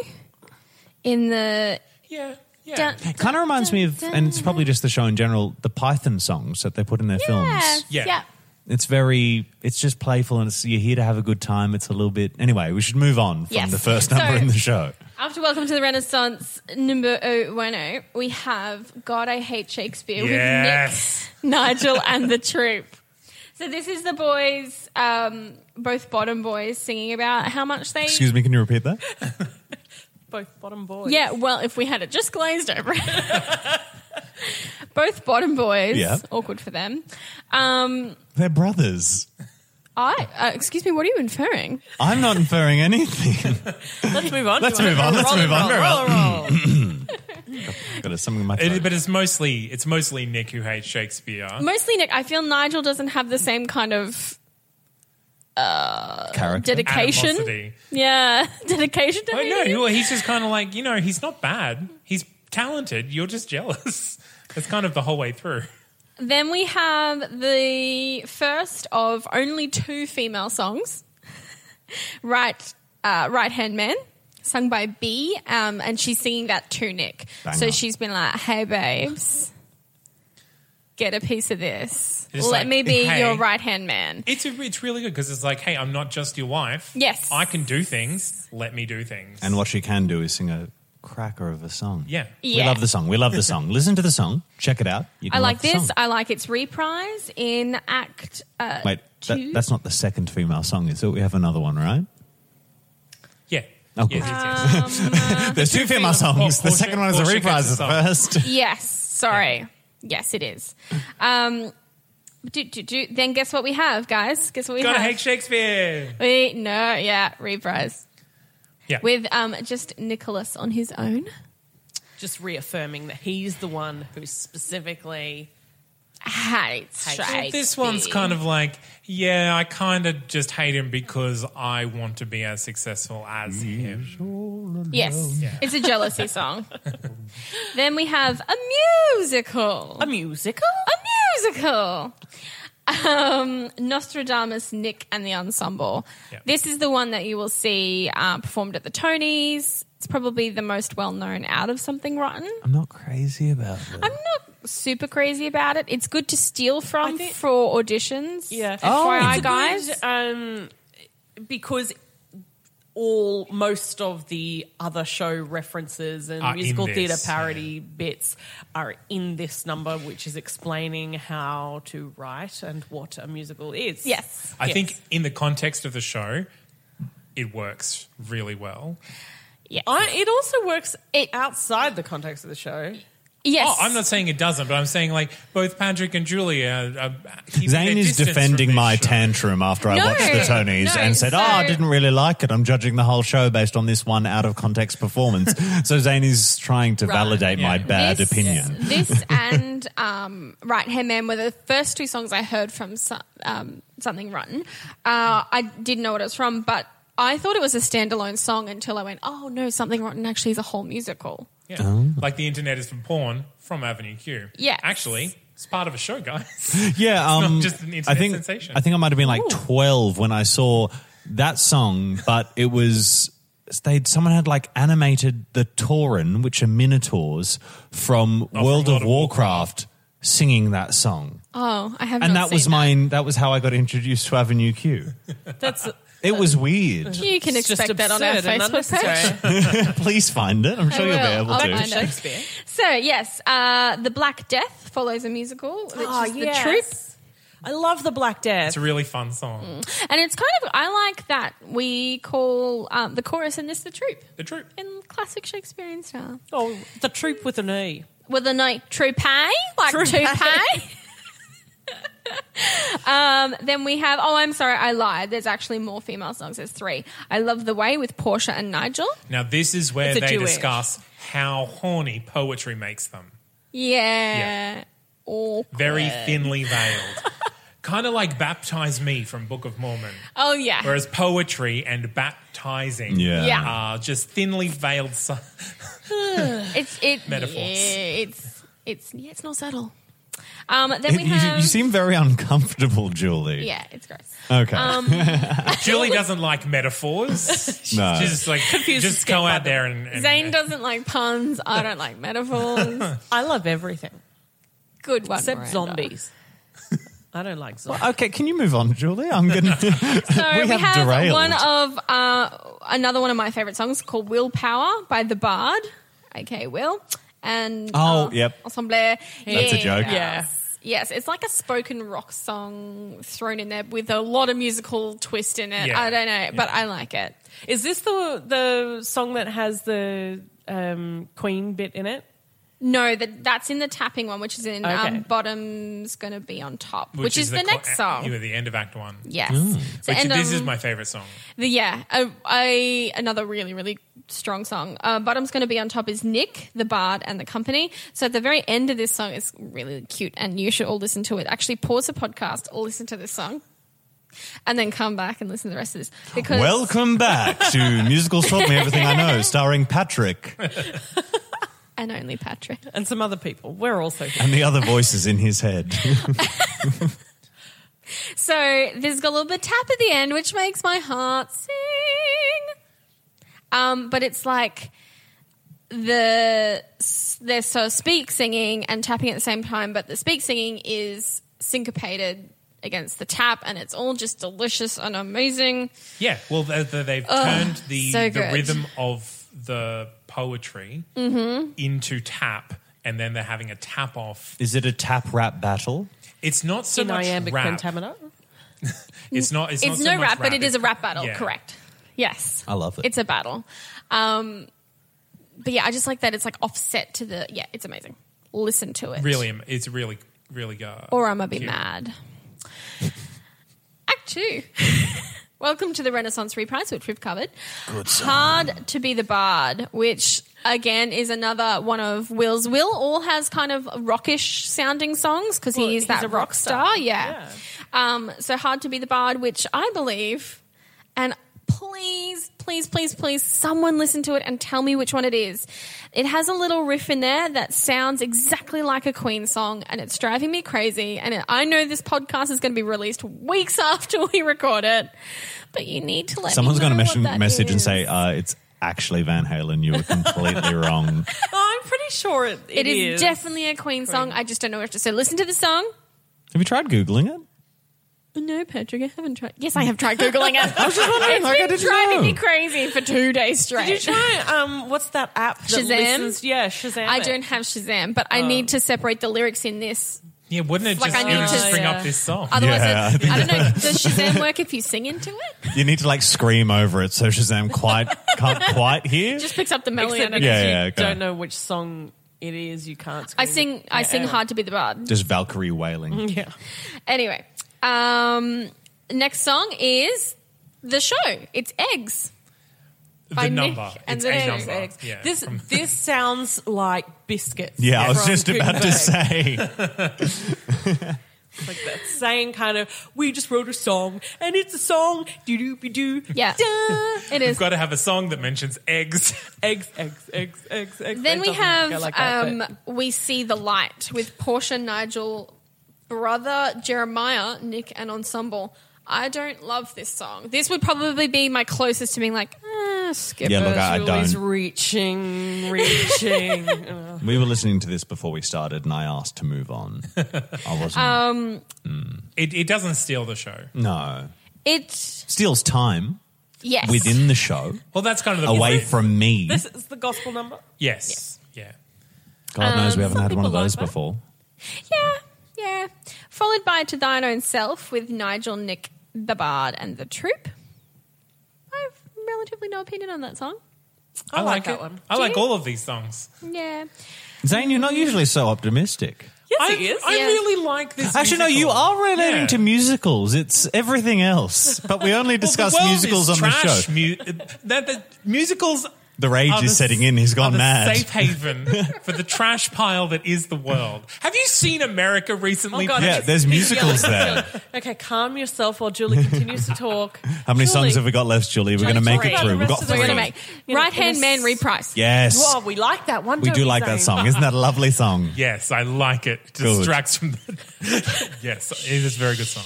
F: in the.
C: Yeah, yeah.
F: Dun-
E: It kind of reminds me of, and it's probably just the show in general, the Python songs that they put in their
F: Yes,
E: films.
C: Yeah.
F: yeah.
E: It's very, it's just playful and it's, you're here to have a good time. It's a little bit, anyway, we should move on from
F: Yes.
E: the first number
F: So-
E: in the show.
F: After Welcome to the Renaissance, number 010, we have God I Hate Shakespeare
C: Yes.
F: with Nick,
C: (laughs)
F: Nigel, and the troupe. So this is the boys, um, both bottom boys, singing about how much they.
E: Excuse me, can you repeat that?
D: Both bottom boys.
F: Yeah, well, if we had it just glazed over. (laughs) both bottom boys.
E: Yeah.
F: Awkward for them. Um,
E: They're brothers.
F: I uh, excuse me. What are you inferring?
E: I'm not inferring
F: (laughs)
E: anything.
D: Let's move on.
E: Let's
D: Do you
E: move
D: wanna
E: on,
D: roll
E: let's
D: and
E: move on.
D: roll,
E: Very
D: roll and
E: (clears throat)
D: roll?
E: Got something in my
C: It,
E: throat.
C: but it's mostly it's mostly Nick who hates Shakespeare.
F: Mostly, Nick. I feel Nigel doesn't have the same kind of
E: Character.
F: dedication.
C: Animosity.
F: Yeah, (laughs) dedication to
C: Oh
F: hating him.
C: no, well, he's just kind of like you know he's not bad. He's talented. You're just jealous. (laughs) That's kind of the whole way through.
F: Then we have the first of only two female songs. (laughs) right uh, right hand man sung by B um, and she's singing that to Nick so
E: Banger.
F: she's been like hey babes get a piece of this
C: It's
F: let
C: like,
F: me be
C: hey.
F: your right hand man
C: It's, a, it's really good because it's like, hey, I'm not just your wife.
F: Yes.
C: I can do things. Let me do things.
E: And what she can do is sing a cracker of a song.
C: Yeah.
F: Yeah.
E: We love the song. We love the song. Listen to the song. Check it out. You
F: I
E: can
F: like
E: love the
F: this
E: song.
F: I like its reprise in act uh,
E: Wait,
F: two.
E: that, that's not the second female song, is it? We have another one, right?
C: Yeah.
E: Oh,
C: yeah,
E: good.
C: it's-
E: There's two female songs.
C: Oh,
E: The
C: Portia-
E: second one is a
C: Portia gets
E: reprise
C: the
E: of the
C: song.
E: first.
F: Yes, sorry. Yes, it is. Um, do, do, do. Then guess what we have, guys? Guess what we
C: Gotta
F: have?
C: hate Shakespeare.
F: we no, yeah, reprise
C: Yeah.
F: with um just Nicholas on his own.
D: Just reaffirming that he's the one who specifically.
F: Hates Shakespeare.
C: this one's kind of like, yeah, I kind of just hate him because I want to be as successful as him.
F: (laughs) yes. It's a
C: (laughs)
F: jealousy song. then we have a musical.
D: A musical?
F: a musical. Um, Nostradamus, Nick, and the Ensemble.
C: Yeah.
F: This is the one that you will see uh, performed at the Tonys. It's probably the most well known out of Something Rotten.
E: I'm not crazy about it.
F: I'm not super crazy about it. It's good to steal from
D: think-
F: for auditions.
D: Yeah.
F: FYI,
D: Oh, It's
E: Oh.
D: a
F: guys.
D: good, um, because all most of the other show references and
C: Are in
D: musical
C: this,
D: theatre
C: yeah.
D: parody bits are in this number, which is explaining how to write and what a musical is.
F: Yes.
C: I
D: Yes.
C: think in the context of the show, it works really well.
F: Yes.
D: I, it also works
F: It-
D: outside the context of the show.
F: yes.
C: Oh, I'm not saying it doesn't, but I'm saying like both Patrick and Julia. Are, are keeping their
E: Zane is
C: distance
E: defending
C: from
E: my
C: this show.
E: tantrum after I
F: No,
E: watched the Tonys
F: no,
E: and said,
F: so-
E: "Oh, I didn't really like it. I'm judging the whole show based on this one out of context performance." so Zane is trying to validate my
C: Yeah.
E: bad
F: This-
E: opinion.
F: (laughs) This and um, Right Hand Man were the first two songs I heard from so- um, Something Rotten. Uh, I didn't know what it was from, but I thought it was a standalone song until I went, oh no, Something Rotten actually is a whole musical.
C: Yeah. Like the internet is for porn from Avenue Q.
F: Yes.
C: Actually, it's part of a show, guys.
E: Yeah,
C: not
E: um,
C: just an
E: I
C: internet
E: think
C: sensation.
E: I think I might have been like 12 when I saw that song, but it was they would someone had like animated the Tauren, which are minotaurs from
C: Oh, from
E: World
C: World
E: of
C: of
E: Warcraft, singing that song.
F: Oh, I have
E: and
F: not
E: that was
F: seen
E: mine. That was how I got introduced to Avenue Q.
C: (laughs)
D: That's
E: It was
F: (laughs)
E: weird.
F: You can
D: it's just
F: expect that on our
D: absurd and
F: Facebook page.
D: unnecessary.
E: Please find it. I'm sure you'll be
F: will.
E: able
F: I'll
E: to.
F: find it.
D: Shakespeare.
F: (laughs) So, yes, uh, The Black Death follows a musical, which
D: Ah,
F: is the troupe.
D: I love the Black Death.
C: It's a really fun song.
F: And it's kind of, I like that we call um, the chorus in this the troupe
C: The troop.
F: in classic Shakespearean style.
D: oh, the troop with an E.
F: with a night toupee, like
D: Toupee.
F: toupee. um, then we have. Oh, I'm sorry, I lied. There's actually more female songs. There's three. I love the way with Portia and Nigel.
C: Now, this is where
D: It's a
C: they
D: duet.
C: discuss how horny poetry makes them.
F: Yeah. Oh.
C: Very thinly veiled. kind of like Baptize Me from Book of Mormon.
F: Oh yeah.
C: Whereas poetry and baptizing
E: Yeah.
F: Yeah.
C: are just thinly veiled. So-
F: it's it.
C: Metaphors.
F: Yeah, it's it's yeah, it's not subtle. Um, then
E: It-
F: we
E: you,
F: have.
E: you seem very uncomfortable, Julie.
F: yeah, Um, it's gross.
E: Okay.
C: Julie doesn't like
F: (laughs)
C: metaphors.
E: no.
C: She's just like, just go out there and. and
F: Zane doesn't like puns. I don't
E: (laughs)
F: like metaphors.
D: I love everything
F: Good one,
D: except
F: Miranda. (laughs)
D: zombies. I don't like zombies.
E: (laughs) okay, can you move on, Julie? I'm gonna.
F: (laughs) So we,
E: (laughs) We have
F: have
E: derailed.
F: one of uh, another one of my favorite songs called "Willpower" by the Bard, aka Will, and
E: Oh,
F: uh,
E: yep.
F: Ensemble.
E: That's a joke.
D: Yeah.
F: Yes, it's like a spoken rock song thrown in there with a lot of musical twist in it.
C: Yeah.
F: I don't know, but I like it.
D: Is this the the song that has the um, Queen bit in it?
F: No, that that's in the tapping one, which is in
D: Okay.
F: um, "Bottom's Gonna Be on Top," which, is, the,
C: co-
F: next song.
C: You were the end of Act One.
F: Yes,
E: Mm.
F: so
C: Which
F: and,
C: this is
F: um,
C: my favorite song.
F: The, yeah, I, I another really really strong song. Uh, Bottom's going to be on top is Nick the Bard and the Company. So at the very end of this song is really cute, and you should all listen to it. Actually, pause the podcast, listen to this song, and then come back and listen to the rest of this because
E: Welcome back to Musicals Taught Me Everything I Know, starring Patrick
F: and only Patrick.
D: And some other people. We're also here.
E: and the other voices in his head.
F: So this has got a little bit tap at the end, which makes my heart sing. Um, but it's like the they're so speak singing and tapping at the same time, but the speak singing is syncopated against the tap, and it's all just delicious and amazing.
C: Yeah, well, they, they, they've turned the,
F: so
C: the
F: good.
C: rhythm of the poetry
F: Mm-hmm.
C: into tap, and then they're having a tap off.
E: Is it a tap rap battle?
C: It's not so
D: in
C: much
D: iambic
C: rap.
D: pentameter.
C: It's not. It's,
F: It's,
C: not so
F: no
C: much
F: rap, but it is a
C: It's-
F: rap battle.
C: yeah.
F: Correct. Yes.
E: I love it.
F: It's a battle. Um, but yeah, I just like that it's like offset to the. Yeah, it's amazing. Listen to it.
C: Really, am- it's really, really. Uh,
F: Or I'm going to be
C: cute.
F: mad. Act two. (laughs) Welcome to the Renaissance Reprise, which we've covered. Hard to be the Bard, which again is another one of Will's. Will all has kind of rockish sounding songs because
D: Well,
F: he is
D: he's
F: that
D: a
F: rock,
D: rock
F: star.
D: star.
F: Yeah. Um, so Hard to be the Bard, which I believe, and please, please, please, please, someone listen to it and tell me which one it is. It has a little riff in there that sounds exactly like a Queen song, and it's driving me crazy. And it, I know this podcast is going to be released weeks (laughs) after we record it, but you need to let
E: Someone's
F: me
E: going
F: know
E: to
F: what
E: mes-
F: that
E: message and
F: is.
E: say uh, it's actually Van Halen. You were completely wrong.
D: Oh, I'm pretty sure it,
F: it is, definitely a Queen, song. I just don't know what to say. Listen to the song.
E: Have you tried googling it?
F: No, Patrick, I haven't tried. Yes, I have tried googling it. I was just wondering,
E: like, (laughs) I didn't
F: driving
E: know.
F: me crazy for two days straight.
D: Did you try? Um, what's that app? That
F: Shazam?
D: Listens? Yeah, Shazam.
F: I
D: it. Oh.
F: don't have Shazam, but I need to separate the lyrics in this.
C: Yeah, wouldn't it
F: Like,
C: just,
F: I
C: it would
F: need to- uh,
C: just bring
D: Yeah.
C: up this song?
F: Otherwise,
E: Yeah, I
F: it's- I, don't know. Does Shazam work if you sing into it?
E: You need to like scream over it so Shazam quite can't quite hear.
F: Just picks up the melody.
D: Except
F: and
D: because
F: it-
E: Yeah, yeah,
D: you
E: okay.
D: don't know which song it is. You can't.
F: I
D: scream.
F: sing. I
D: Yeah.
F: sing hard to be the bard.
E: Just Valkyrie
F: Mm-hmm.
E: wailing.
D: Yeah.
F: Anyway, um, next song is the show. It's eggs.
C: the
F: by Nick
C: number.
F: and
C: It's
F: the
C: a
F: Eggs.
C: number.
D: Eggs.
C: Yeah.
E: (laughs)
D: This
C: From-
D: this sounds like biscuits.
E: Yeah, I was
D: from
E: just about to
D: Gutenberg.
E: say.
D: It's like that same kind of. We just wrote a song, and it's a song. Do do be do.
F: Yeah, it is.
C: We've got to have a song that mentions eggs. (laughs)
D: Eggs, eggs, eggs, eggs, eggs.
F: Then
D: It
F: we
D: doesn't
F: have
D: go like that,
F: um,
D: but-
F: we see the light with Portia, Nigel, brother Jeremiah, Nick, and ensemble. I don't love this song. This would probably be my closest to being like, ah, skip
E: Yeah, look,
F: it.
E: I, I
D: Julie's
E: don't.
D: reaching,
F: (laughs)
D: reaching. Uh,
E: We were listening to this before we started, and I asked to move on. I wasn't.
F: Um,
C: It, it doesn't steal the show.
E: no,
F: It
E: steals time
F: yes.
E: within the show,
C: Well, that's kind of the
E: away
C: point.
E: from me.
D: this is the gospel number.
C: Yes. Yeah.
E: God knows we
F: Um,
E: haven't had
F: some
E: one of
F: people
E: those
F: like that.
E: before.
F: yeah, yeah. Followed by To Thine Own Self with Nigel, Nick, the Bard, and the Troop. I have relatively no opinion on that song.
C: I,
D: like
C: like,
D: that
C: it.
D: one.
C: I
F: Do
C: like
F: you?
C: all of these songs.
F: Yeah.
E: Zane, you're not usually so optimistic.
D: Yes,
C: I,
D: it is.
C: I
F: Yeah.
C: really like this.
E: Actually, no, you
C: musical.
E: are relating
C: Yeah.
E: to musicals. It's everything else. But we only
C: Well, the
E: discuss
C: world
E: musicals on
C: is
E: the
C: trash.
E: show.
C: Mu- uh, that, that musicals.
E: The rage
C: are
E: is
C: the
E: setting
C: s-
E: in. He's
C: are
E: gone
C: the
E: mad.
C: Safe haven for the trash pile that is the world. Have you seen America recently?
D: Oh, God,
E: Yeah,
D: it's-
E: there's
D: it's
E: musicals
D: yelling.
E: there.
D: It's yelling. Okay, calm yourself while
E: (laughs)
D: Julie continues to talk.
E: How
D: Julie,
E: many songs have we got left, Julie? We're going to
D: Julie,
E: make
D: talk
E: it
D: about
E: through.
D: the
E: We've got
D: rest of the
F: We're
E: three.
F: going to
D: Really?
F: make
D: You know,
F: Right Hand
D: this-
F: Man Reprise.
E: Yes.
D: Whoa, we like that one.
E: We
D: don't
E: do like
D: Zane?
E: that song. Isn't that a lovely song?
C: Yes, I like it. It
E: Good.
C: distracts from the. (laughs) yes, it is a very good song.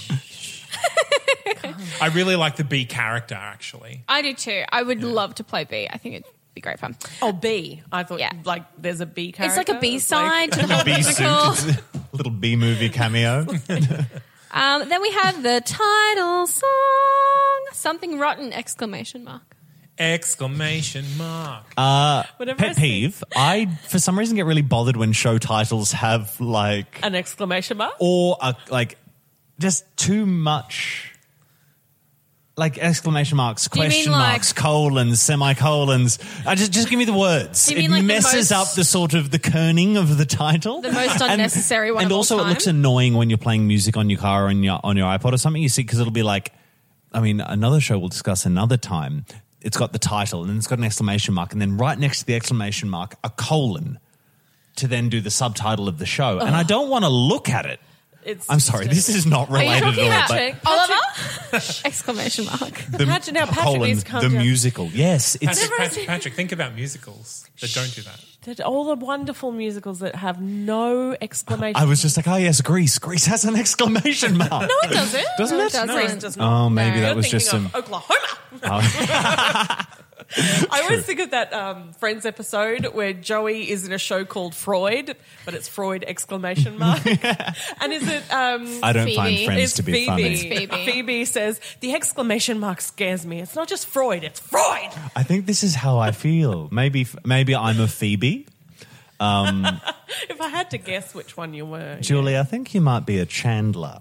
C: I really like the B character, actually.
F: I do too. I would love to play B. I think it'd be great fun.
D: Oh, B. I thought
F: Yeah.
D: like there's a B
F: It's
D: character.
F: like a (laughs) B
D: like-
F: side to the whole
E: B suit.
F: musical.
E: (laughs) Little B movie cameo.
F: Um, then we have the title song, "Something Rotten!" Exclamation mark.
C: Exclamation mark.
D: Whenever I
E: Pet
D: see
E: peeve. I, for some reason, get really bothered when show titles have like,
D: An exclamation mark.
E: or a, like, just too much. Like exclamation marks,
F: you mean
E: question
F: like-
E: marks, colons, semicolons. I just just give me the words.
F: Do you
E: It
F: mean like the
E: messes
F: most-
E: up the sort of the kerning of the title.
F: The most unnecessary one
E: (laughs) And
F: of all
E: also, it
F: time.
E: looks annoying when you're playing music on your car or on your on your iPod or something. You see, because it'll be like, I mean, another show we'll discuss another time. It's got the title and it's got an exclamation mark, and then right next to the exclamation mark, a colon to then do the subtitle of the show. And I don't want to look at it.
D: It's
E: I'm sorry, this is not
F: Are you
E: related
F: talking
E: at
F: about
E: all.
D: Patrick?
F: Oliver? Exclamation mark.
E: But the,
D: Patrick- now Patrick
E: Poland,
D: is calm
E: the
D: down.
E: musical. Yes, it's
C: Patrick, Patrick, Patrick, think about musicals that don't do that.
D: That- all the wonderful musicals that have no exclamation.
E: I was just like, oh yes, Greece. Greece has an (laughs) exclamation mark. no,
F: It (laughs) doesn't.
E: Doesn't
F: No,
E: it?
F: doesn't.
D: Greece does not.
E: Oh, maybe
F: No.
E: that
D: You're
E: was
D: thinking
E: just
D: of
E: some.
D: Oklahoma.
E: (laughs) Oh,
D: (laughs) I always think of that um, Friends episode where Joey is in a show called Freud, but it's Freud exclamation
E: (laughs)
D: mark. And is it? Um,
E: I don't find
F: Phoebe.
E: friends
D: it's
E: to be
D: Phoebe.
E: funny.
F: Phoebe.
D: Phoebe says the exclamation mark scares me. It's not just Freud. It's
E: (laughs)
D: Freud.
E: I think this is how I feel. Maybe, maybe I'm a Phoebe.
D: If I had to guess which one you were,
E: Julie, I think you might be a Chandler.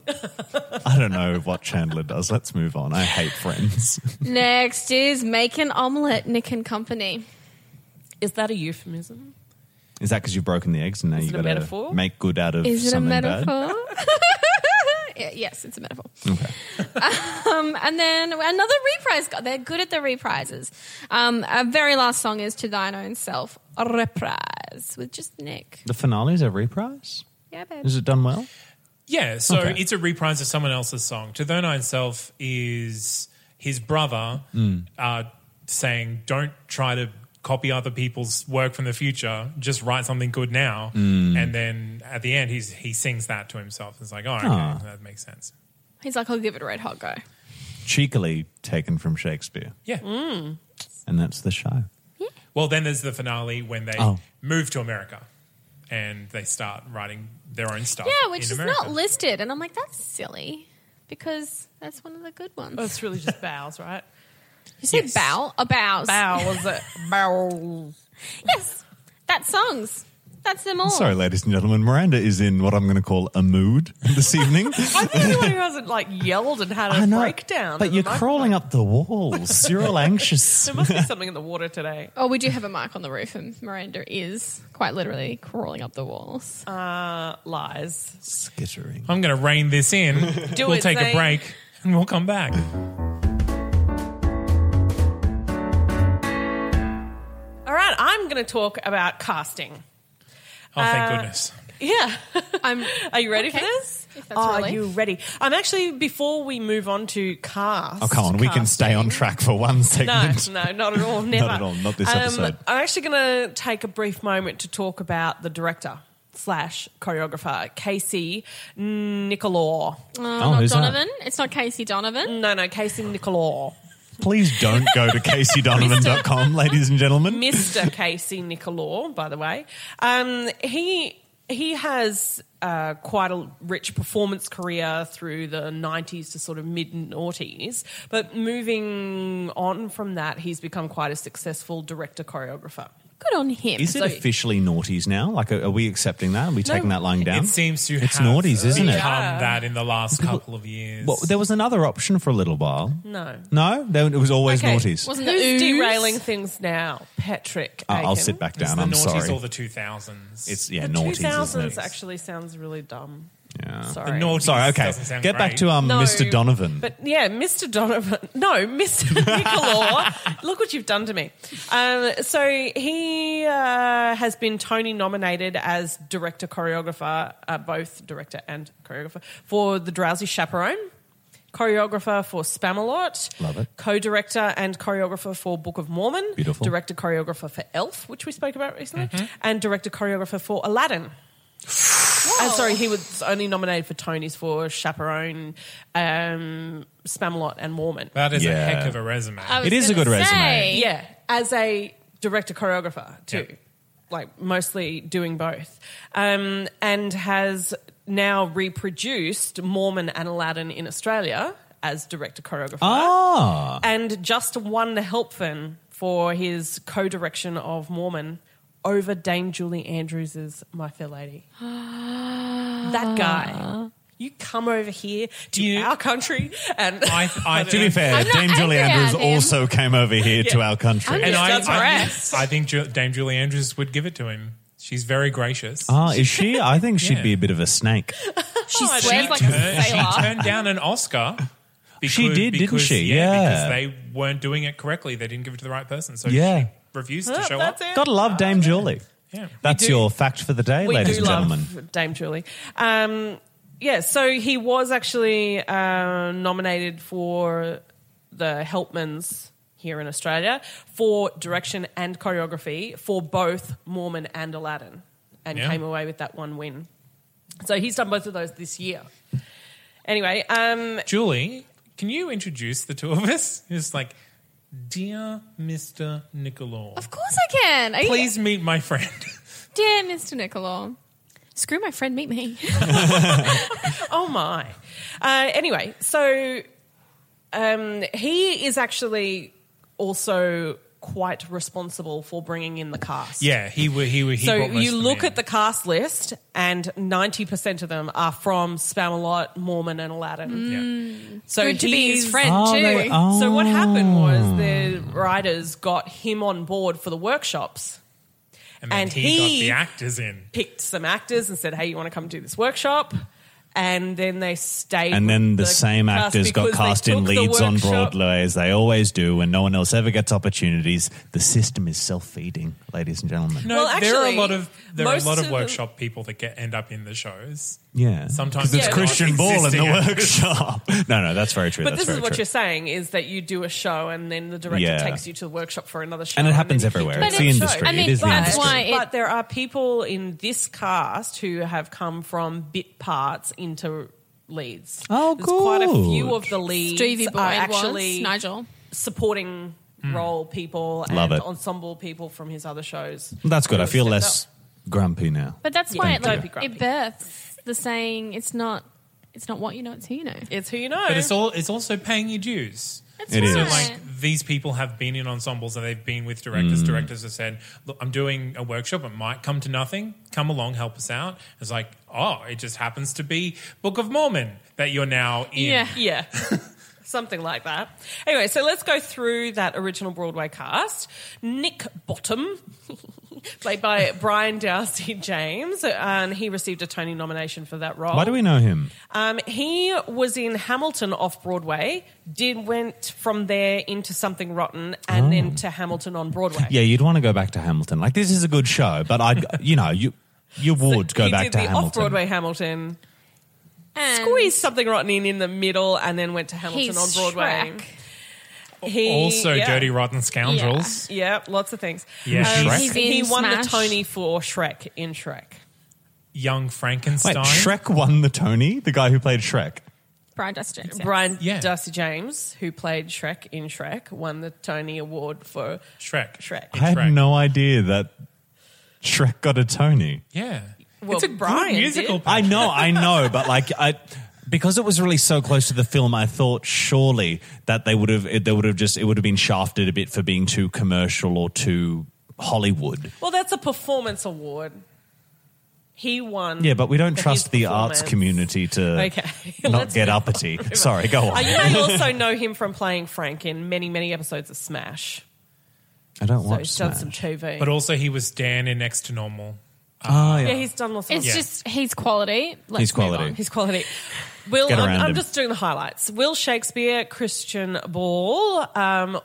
E: I don't know what Chandler does. Let's move on. I hate friends.
F: Next is make an omelette, Nick and Company.
D: is that a euphemism?
E: Is that because you've broken the eggs and now
D: Is
E: you've
D: it a
E: got to
D: metaphor?
E: make good out of
F: Is it a
E: something bad?
F: metaphor? (laughs) Yeah, yes, it's a metaphor. (laughs) um, and then another reprise. God, They're good at the reprises. Um, our very last song is "To Thine Own Self," a reprise with just Nick.
E: The finale's a reprise?
F: Yeah, babe.
E: Is it done well?
C: Yeah, so
E: Okay.
C: it's a reprise of someone else's song. To thine own self is his brother
E: Hmm.
C: uh, saying, "Don't try to copy other people's work from the future. Just write something good now."
E: Hmm.
C: And then at the end, he's he sings that to himself. It's like, "Oh, okay,
E: Ah.
C: that makes sense."
F: He's like, "I'll give it a red hot
E: Oh,
F: go."
E: Cheekily taken from Shakespeare.
C: Yeah.
F: Hmm.
E: And that's the show.
C: Well, then there's the finale when they
E: Oh.
C: move to America and they start writing their own stuff.
F: Yeah, which
C: in
F: is
C: America.
F: not listed, and I'm like, that's silly because that's one of the good ones.
D: Oh, it's really just bows, right?
F: you said bow, a
D: (laughs)
F: bows.
D: Bow was it? Bow.
F: Yes, that's songs. That's them all.
E: Sorry, ladies and gentlemen. Miranda is in what I'm going to call a mood this evening.
D: I'm the only one who hasn't like yelled and had a
E: I know,
D: breakdown.
E: But
D: in the
E: you're
D: microphone.
E: crawling up the walls. You're all anxious.
D: There must be something in the water today.
F: Oh, we do have a mic on the roof, and Miranda is quite literally crawling up the walls.
D: Uh, lies.
E: Skittering.
C: I'm going to rein this
F: (laughs)
C: in.
D: Do
C: we'll
D: it,
C: take a
D: Zane.
C: break and we'll come back. Oh,
D: All right, I'm going to talk about casting. (laughs)
C: Oh, thank
F: Uh,
C: goodness.
D: Yeah.
F: (laughs) I'm.
D: Are you ready for
F: Okay.
D: this?
F: If that's
D: Are
F: really-
D: you ready? I'm actually, before we move on to cast.
E: Oh, come on. We can stay on track for one
D: No,
E: (laughs) segment.
D: no, not at all. Never. Um,
E: at all, not this episode.
D: I'm actually going to take a brief moment to talk about the director slash choreographer, Casey Nicolaw.
E: Oh,
F: not
E: who's that?
F: Donovan. It's not Casey Donovan.
D: No, no, Casey Nicolaw.
E: Please don't go to CaseyDonovan.com, ladies and gentlemen.
D: Mr. Casey Nicolaw, by the way. Um, he he has uh, quite a rich performance career through the 90s to sort of mid noughties. But moving on from that, he's become quite a successful director choreographer.
F: Good on him.
E: Is it
F: So-
E: officially naughties now? Like, are, are we accepting that? Are we taking that line down?
C: It seems to
E: It's
C: have
E: naughties, isn't it?
C: become that in the last couple of years.
E: Well, there was another option for a little while.
D: No.
E: No, there, it was always
D: Okay,
E: naughties.
F: Wasn't
D: Who's
F: the ooze?
D: derailing things now? Patrick.
E: Oh, I'll
D: Aiken.
E: sit back
C: It's
E: down.
C: the
E: I'm
C: noughties
E: sorry.
C: or the 2000s.
E: it's yeah,
D: The
E: naughties.
D: 2000s
E: Isn't it?
D: actually sounds really dumb.
E: Yeah.
D: Sorry.
C: naughties
E: Sorry. Okay.
C: doesn't sound
E: Get back
C: great.
E: to um,
D: No,
E: Mr. Donovan.
D: But yeah, Mr. Donovan. (laughs) No, Mr.
E: (laughs)
D: Nicolaw. Look what you've done to me. Um, so he uh, has been Tony nominated as director choreographer, uh, both director and choreographer, for The Drowsy Chaperone. Choreographer for Spamalot,
E: Love it.
D: co-director and choreographer for Book of Mormon,
E: Beautiful. Mm-hmm.
D: director choreographer for Elf, which we spoke about recently, and director choreographer for Aladdin. I'm sorry, he was only nominated for Tonys for Chaperone, um, Spamalot, and Mormon.
C: that is a
E: Yeah.
C: heck of a resume.
F: I was
E: It is a
F: gonna
E: good resume.
F: say-
D: Yeah, as a director choreographer too,
C: Yeah.
D: like mostly doing both, um, and has now reproduced Mormon and Aladdin in Australia as director choreographer,
E: ah,
D: and just won the Helpfin for his co-direction of Mormon. Over Dame Julie Andrews' My Fair Lady. that guy. You come over here to
C: You-
D: our country and
C: I,
D: (laughs)
C: I,
E: to be fair,
F: I'm not
E: Dame Julie
F: angry at
E: Andrews
F: him.
E: also came over here to our country.
C: and I,
D: That's
C: I,
D: correct.
C: I think Ju- Dame Julie Andrews would give it to him. She's very gracious.
E: Ah, is
D: (laughs)
E: she? I think she'd
C: Yeah.
E: be a bit of a snake.
F: She
D: I
F: swears
D: didn't
F: like
C: Her-
F: a
C: she
F: sailor.
C: turned down an Oscar. Because,
E: She did, didn't
C: because-
E: she? Yeah.
C: because they weren't doing it correctly. They didn't give it to the right person. So
E: Yeah.
C: she refused to
D: Oh,
C: show
D: that's
C: up.
D: it.
E: Gotta love Dame Julie.
C: Yeah.
E: That's
D: do-
E: your fact for the day,
D: we
E: ladies
D: do
E: and
D: love
E: gentlemen.
D: Dame Julie. Um, Yeah, so he was actually uh, nominated for the Helpmans here in Australia for direction and choreography for both Mormon and Aladdin, and
C: Yeah.
D: came away with that one win. So he's done both of those this year. Anyway, um,
C: Julie, can you introduce the two of us? It's like, dear Mr. Nicolor,
F: Of course I can. Are you-
C: please meet my friend.
F: dear Mr. Nicola. Screw my friend, meet me.
D: oh my. Uh, anyway, so um, he is actually also quite responsible for bringing in the cast.
C: yeah, he were he were. He
D: so
C: brought most
D: you
C: of them
D: look
C: in.
D: at the cast list, and ninety percent of them are from Spamalot, Mormon, and Aladdin.
C: Yeah.
D: So
F: (laughs) Mm. Good to be his
D: he's-
F: friend
E: Oh,
F: too.
E: they- oh.
D: So what happened was the writers got him on board for the workshops,
C: and, then
D: and
C: he,
D: he-
C: got the actors in.
D: picked some actors, and said, "Hey, you want to come do this workshop?" And then they stayed.
E: And then the,
D: with
E: same
D: cast
E: actors got
D: because they
E: cast in
D: took the
E: leads on
D: workshop.
E: Broadway as they always do when no one else ever gets opportunities. The system is self feeding, ladies and gentlemen.
C: No,
D: Well,
C: there are a
D: actually,
C: lot of there are a
D: most
C: lot
D: of
C: of
D: them-
C: workshop people that get end up in the shows.
E: Yeah.
C: Sometimes
E: it's
D: Yeah,
E: Christian Ball in the
C: work.
E: workshop.
D: (laughs)
E: no, no, that's very true.
D: But
E: that's
D: this is
E: very
D: what
E: true.
D: you're saying is that you do a show and then the director
E: Yeah.
D: takes you to the workshop for another show.
E: And it
D: then
E: happens
D: you
E: everywhere.
D: keep
E: It's
D: doing
E: the
D: that show.
E: industry.
F: I mean,
E: it is the
F: that's
E: industry.
F: why it-
D: but there are people in this cast who have come from bit parts into leads.
E: Oh,
D: There's quite a few
E: good.
D: of the leads
F: Stevie Boyd
D: are actually
F: was Nigel.
D: supporting role people
E: Hmm. Love
D: and
E: it.
D: ensemble people from his other shows.
E: That's good. I
D: who
E: feel
D: have
E: less
D: stepped
E: grumpy now.
F: But that's
D: Yeah,
F: why it
D: don't
F: like
D: be grumpy.
F: it births the saying. It's not. It's not what you know. It's who you know.
D: up. It's who you know.
C: But it's all it's also paying your dues.
F: That's
E: It is.
C: So
F: right.
C: like these people have been in ensembles and they've been with directors. Directors have said, "Look, I'm doing a workshop. It might come to nothing. Come along, help us out." It's like, oh, it just happens to be Book of Mormon that you're now in.
F: yeah.
D: (laughs) Yeah. Something like that. Anyway, so let's go through that original Broadway cast. Nick Bottom, (laughs) played by Brian Dowsey James, and he received a Tony nomination for that role.
E: Why do we know him?
D: Um, he was in Hamilton off Broadway, did went from there into Something Rotten, and
C: Oh.
D: then to Hamilton on Broadway.
E: Yeah, you'd want to go back to Hamilton. Like this is a good show, but I,
D: (laughs)
E: you know, you you would go
D: he
E: back
D: did
E: to
D: the
E: Hamilton.
D: off Broadway Hamilton,
F: And
D: squeezed Something Rotten in in the middle, and then went to Hamilton
F: he's
D: on Broadway.
F: Shrek.
D: He
C: Also,
D: yeah.
C: Dirty Rotten Scoundrels.
D: Yeah, lots of things. Um,
C: Yeah, Shrek.
F: He's in
D: he won
F: Smash.
D: the Tony for Shrek in Shrek.
C: Young Frankenstein.
E: Wait, Shrek won the Tony, the guy who played Shrek.
F: Brian Dustin. Johnson.
D: Brian
C: Yeah.
D: Darcy James, who played Shrek in Shrek, won the Tony Award for
C: Shrek.
D: Shrek.
E: I had
C: Shrek.
E: no idea that Shrek got a Tony.
C: Yeah.
D: Well,
C: it's a
D: Brian
C: good musical.
E: I
D: (laughs)
E: know, I know, but like I because it was really so close to the film, I thought surely that they would have they would have just it would have been shafted a bit for being too commercial or too Hollywood.
D: Well, that's a performance award. He won.
E: Yeah, but we don't
D: for
E: trust
D: his
E: the arts
D: performance.
E: community to
D: Okay, (laughs)
E: not
D: let's
E: get
D: move on.
E: uppity. Sorry, go
D: Uh,
E: on.
D: you may also know him from playing Frank in many, many episodes of Smash.
E: I don't
D: So
E: watch
D: he's
E: Smash.
D: done some TV.
C: But also, he was Dan in Next to Normal.
E: Oh,
D: yeah, he's done lots of
F: It's just he's quality. Let's
E: He's
F: move
E: quality.
F: on.
D: His quality. Will,
E: Get around
D: I'm, I'm
E: him.
D: just doing the highlights. Will Shakespeare, Christian Ball um,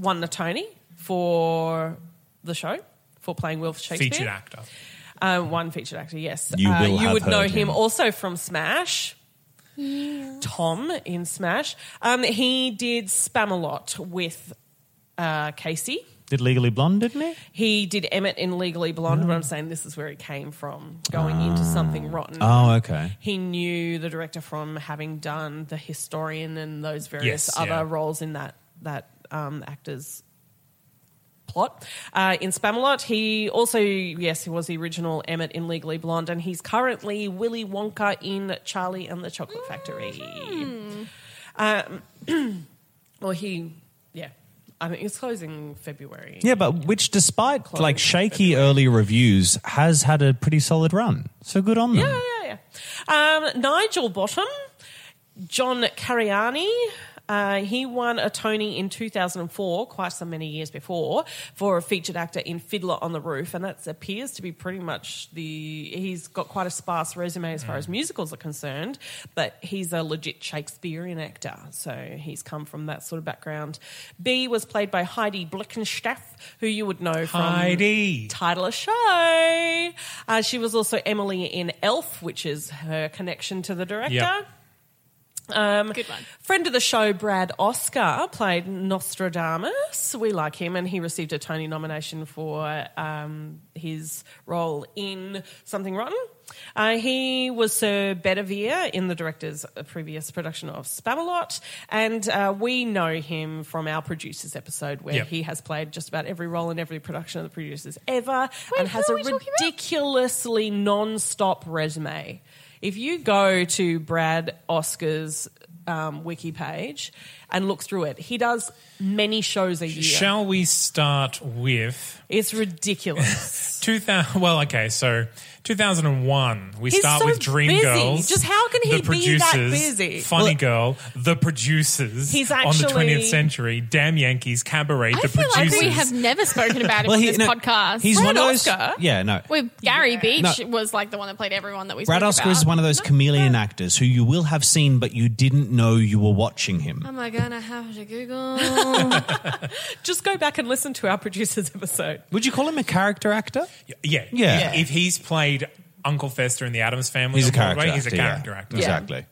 D: won the Tony for the show for playing Will Shakespeare.
C: featured actor.
D: Uh, one featured actor, yes.
E: You
D: uh,
E: will
D: you
E: have
D: would know
E: heard
D: him
E: him.
D: also from Smash. Tom in Smash. Um, he did Spamalot with uh, Casey.
E: Did Legally Blonde, didn't he?
D: He did Emmett in Legally Blonde, but I'm saying this is where he came from, going into
E: Ah.
D: something rotten.
E: Oh, okay.
D: He knew the director from having done the historian and those various
C: Yes,
D: other
C: yeah.
D: roles in that that um, actor's plot. Uh, in Spamalot, he also yes, he was the original Emmett in Legally Blonde, and he's currently Willy Wonka in Charlie and the Chocolate Factory.
C: Hmm.
D: Um, (clears throat) or he, yeah, I mean, it's closing February.
E: Yeah, but which, despite
D: Close.
E: like shaky early reviews, has had a pretty solid run. So good on them.
D: Yeah, yeah, yeah. Um, Nigel Bottom, John Cariani, uh, Uh, he won a Tony in 2004, quite so many years before, for a featured actor in Fiddler on the Roof, and that appears to be pretty much the. He's got quite a sparse resume as far as musicals are concerned, but he's a legit Shakespearean actor, so he's come from that sort of background. B was played by Heidi Blickenstaff, who you would know from
C: Heidi.
D: title of show. Uh, she was also Emily in Elf, which is her connection to the director.
C: Yeah.
D: Um,
F: Good one.
D: Friend of the show, Brad Oscar, played Nostradamus. We like him, and he received a Tony nomination for um, his role in Something Rotten. Uh, he was Sir Bedivere in the director's previous production of Spamalot, and uh, we know him from our producers episode where
C: Yep.
D: he has played just about every role in every production of the producers ever and
F: who
D: has a
F: are we talking about?
D: ridiculously non-stop resume. If you go to Brad Oscar's um, wiki page and look through it, he does many shows a year.
C: Shall we start with
D: it's ridiculous. (laughs)
C: 2000 (laughs) well okay so 2001 we
D: He's
C: start
D: so
C: with dream
D: busy.
C: girls
D: Just how can he
C: the
D: be that
C: producers,
D: busy?
C: funny
D: Well-
C: girl the producers
D: He's
C: on the
D: actually-
C: 20th century damn yankees cabaret
F: I
C: the
F: feel like
C: producers
F: we have never spoken about him on this
E: no,
F: podcast.
E: He's one of those.
D: Oscar?
E: Yeah, no.
F: With Gary Beach
E: No.
F: was like the one that played everyone that we.
E: Brad
F: spoke
E: Oscar
F: about.
E: is one of those chameleon actors who you will have seen, but you didn't know you were watching him.
F: Am Oh I gonna have to Google?
D: Just go back and listen to our producers episode.
E: Would you call him a character actor?
C: yeah
E: Yeah.
C: If- if he's played uncle fester in the adams family
E: He's a
C: on Broadway,
E: character
C: he's a character
E: actor. yeah.
C: actor
E: Exactly.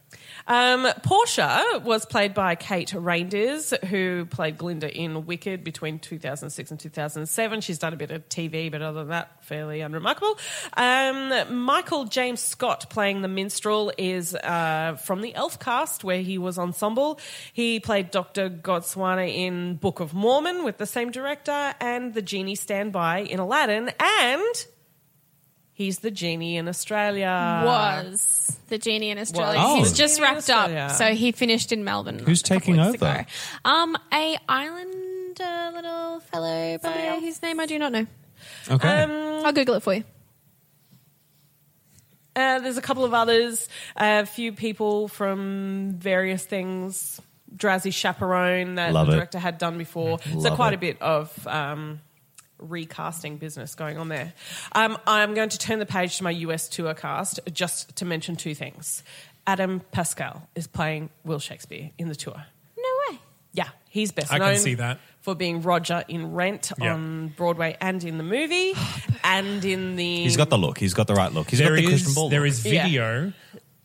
D: Um, Portia was played by Kate Reinders, who played Glinda in Wicked between 2006 and 2007. She's done a bit of TV, but other than that, fairly unremarkable. Um, Michael James Scott playing the minstrel is uh, from the Elf cast, where he was ensemble. He played Dr. Godswana in Book of Mormon with the same director, and the genie standby in Aladdin, and he's the genie in Australia.
F: (laughs) was the genie in Australia?
E: Was.
F: He's
E: Oh.
F: just
D: Genie in
F: wrapped
D: Australia.
F: up, so he finished in Melbourne.
E: Who's
F: a couple
E: taking
F: weeks
E: over?
F: ago. Um, a island uh, little fellow by his name I do not know.
E: Okay.
F: I'll Google it for you.
D: Uh, there's a couple of others, a few people from various things. Drazi Chaperone that
E: Love
D: the
E: it.
D: director had done before. so
E: Love
D: quite
E: it.
D: a bit of um, recasting business going on there. Um, I'm going to turn the page to my US tour cast just to mention two things. Adam Pascal is playing Will Shakespeare in the tour.
F: No way.
D: Yeah, he's best
C: I can
D: known
C: see that.
D: for being Roger in Rent
C: Yeah.
D: on Broadway and in
C: (sighs)
D: the movie and in the
E: he's got the look. He's got the right look. He's
C: there
E: got the Christian
C: is
E: Ball.
C: there
E: look.
C: is video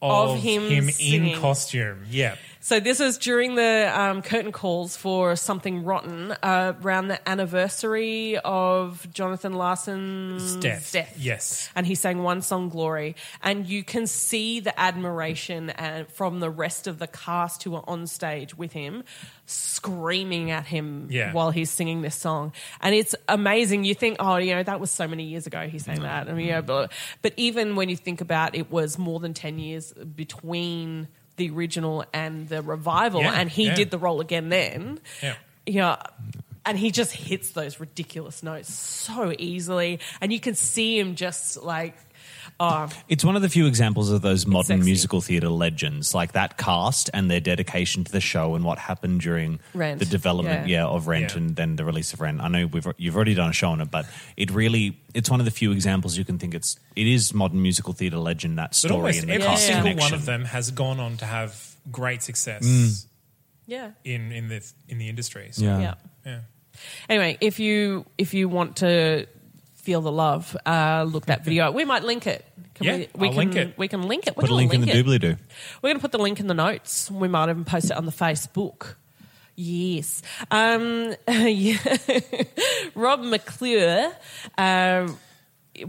C: Of,
D: Of him
C: him,
D: singing.
C: in costume, yeah.
D: So this is during the um, curtain calls for Something Rotten uh, around the anniversary of Jonathan Larson's
C: Death.
D: death.
C: Yes.
D: And he sang one song, Glory. And you can see the admiration and, from the rest of the cast who are on stage with him screaming at him
C: Yeah.
D: while he's singing this song. And it's amazing. You think, oh, you know, that was so many years ago he sang that. I
C: Mm.
D: mean, yeah, blah. But even when you think about it was more than 10 years between the original and the revival,
C: Yeah,
D: and he
C: yeah.
D: did the role again then
C: Yeah.
D: you know, and he just hits those ridiculous notes so easily, and you can see him just like, oh,
E: It's one of the few examples of those modern
D: sexy.
E: musical theatre legends, like that cast and their dedication to the show and what happened during
D: Rent,
E: the development,
D: yeah.
E: yeah, of Rent
C: Yeah.
E: and then the release of Rent. I know we've you've already done a show on it, but it really it's one of the few examples you can think it's it is modern musical theatre legend that
C: But
E: story
C: almost
E: and the
C: every
E: cast
C: single
E: connection.
C: one of them has gone on to have great success
D: yeah,
C: in, in the in the industry. So,
E: Mm. Yeah.
D: yeah. Anyway, if you if you want to feel the love, uh,
C: (laughs)
D: look that video. We might link it. Can
C: Yeah,
D: we, we
C: I'll
D: can,
C: link it.
D: We can link it. We're
E: Put a
D: gonna
E: link in the
D: it.
E: doobly doo.
D: We're going to put the link in the notes. We might even post it on the Facebook. Yes. Um, (laughs) yeah. Rob McClure uh,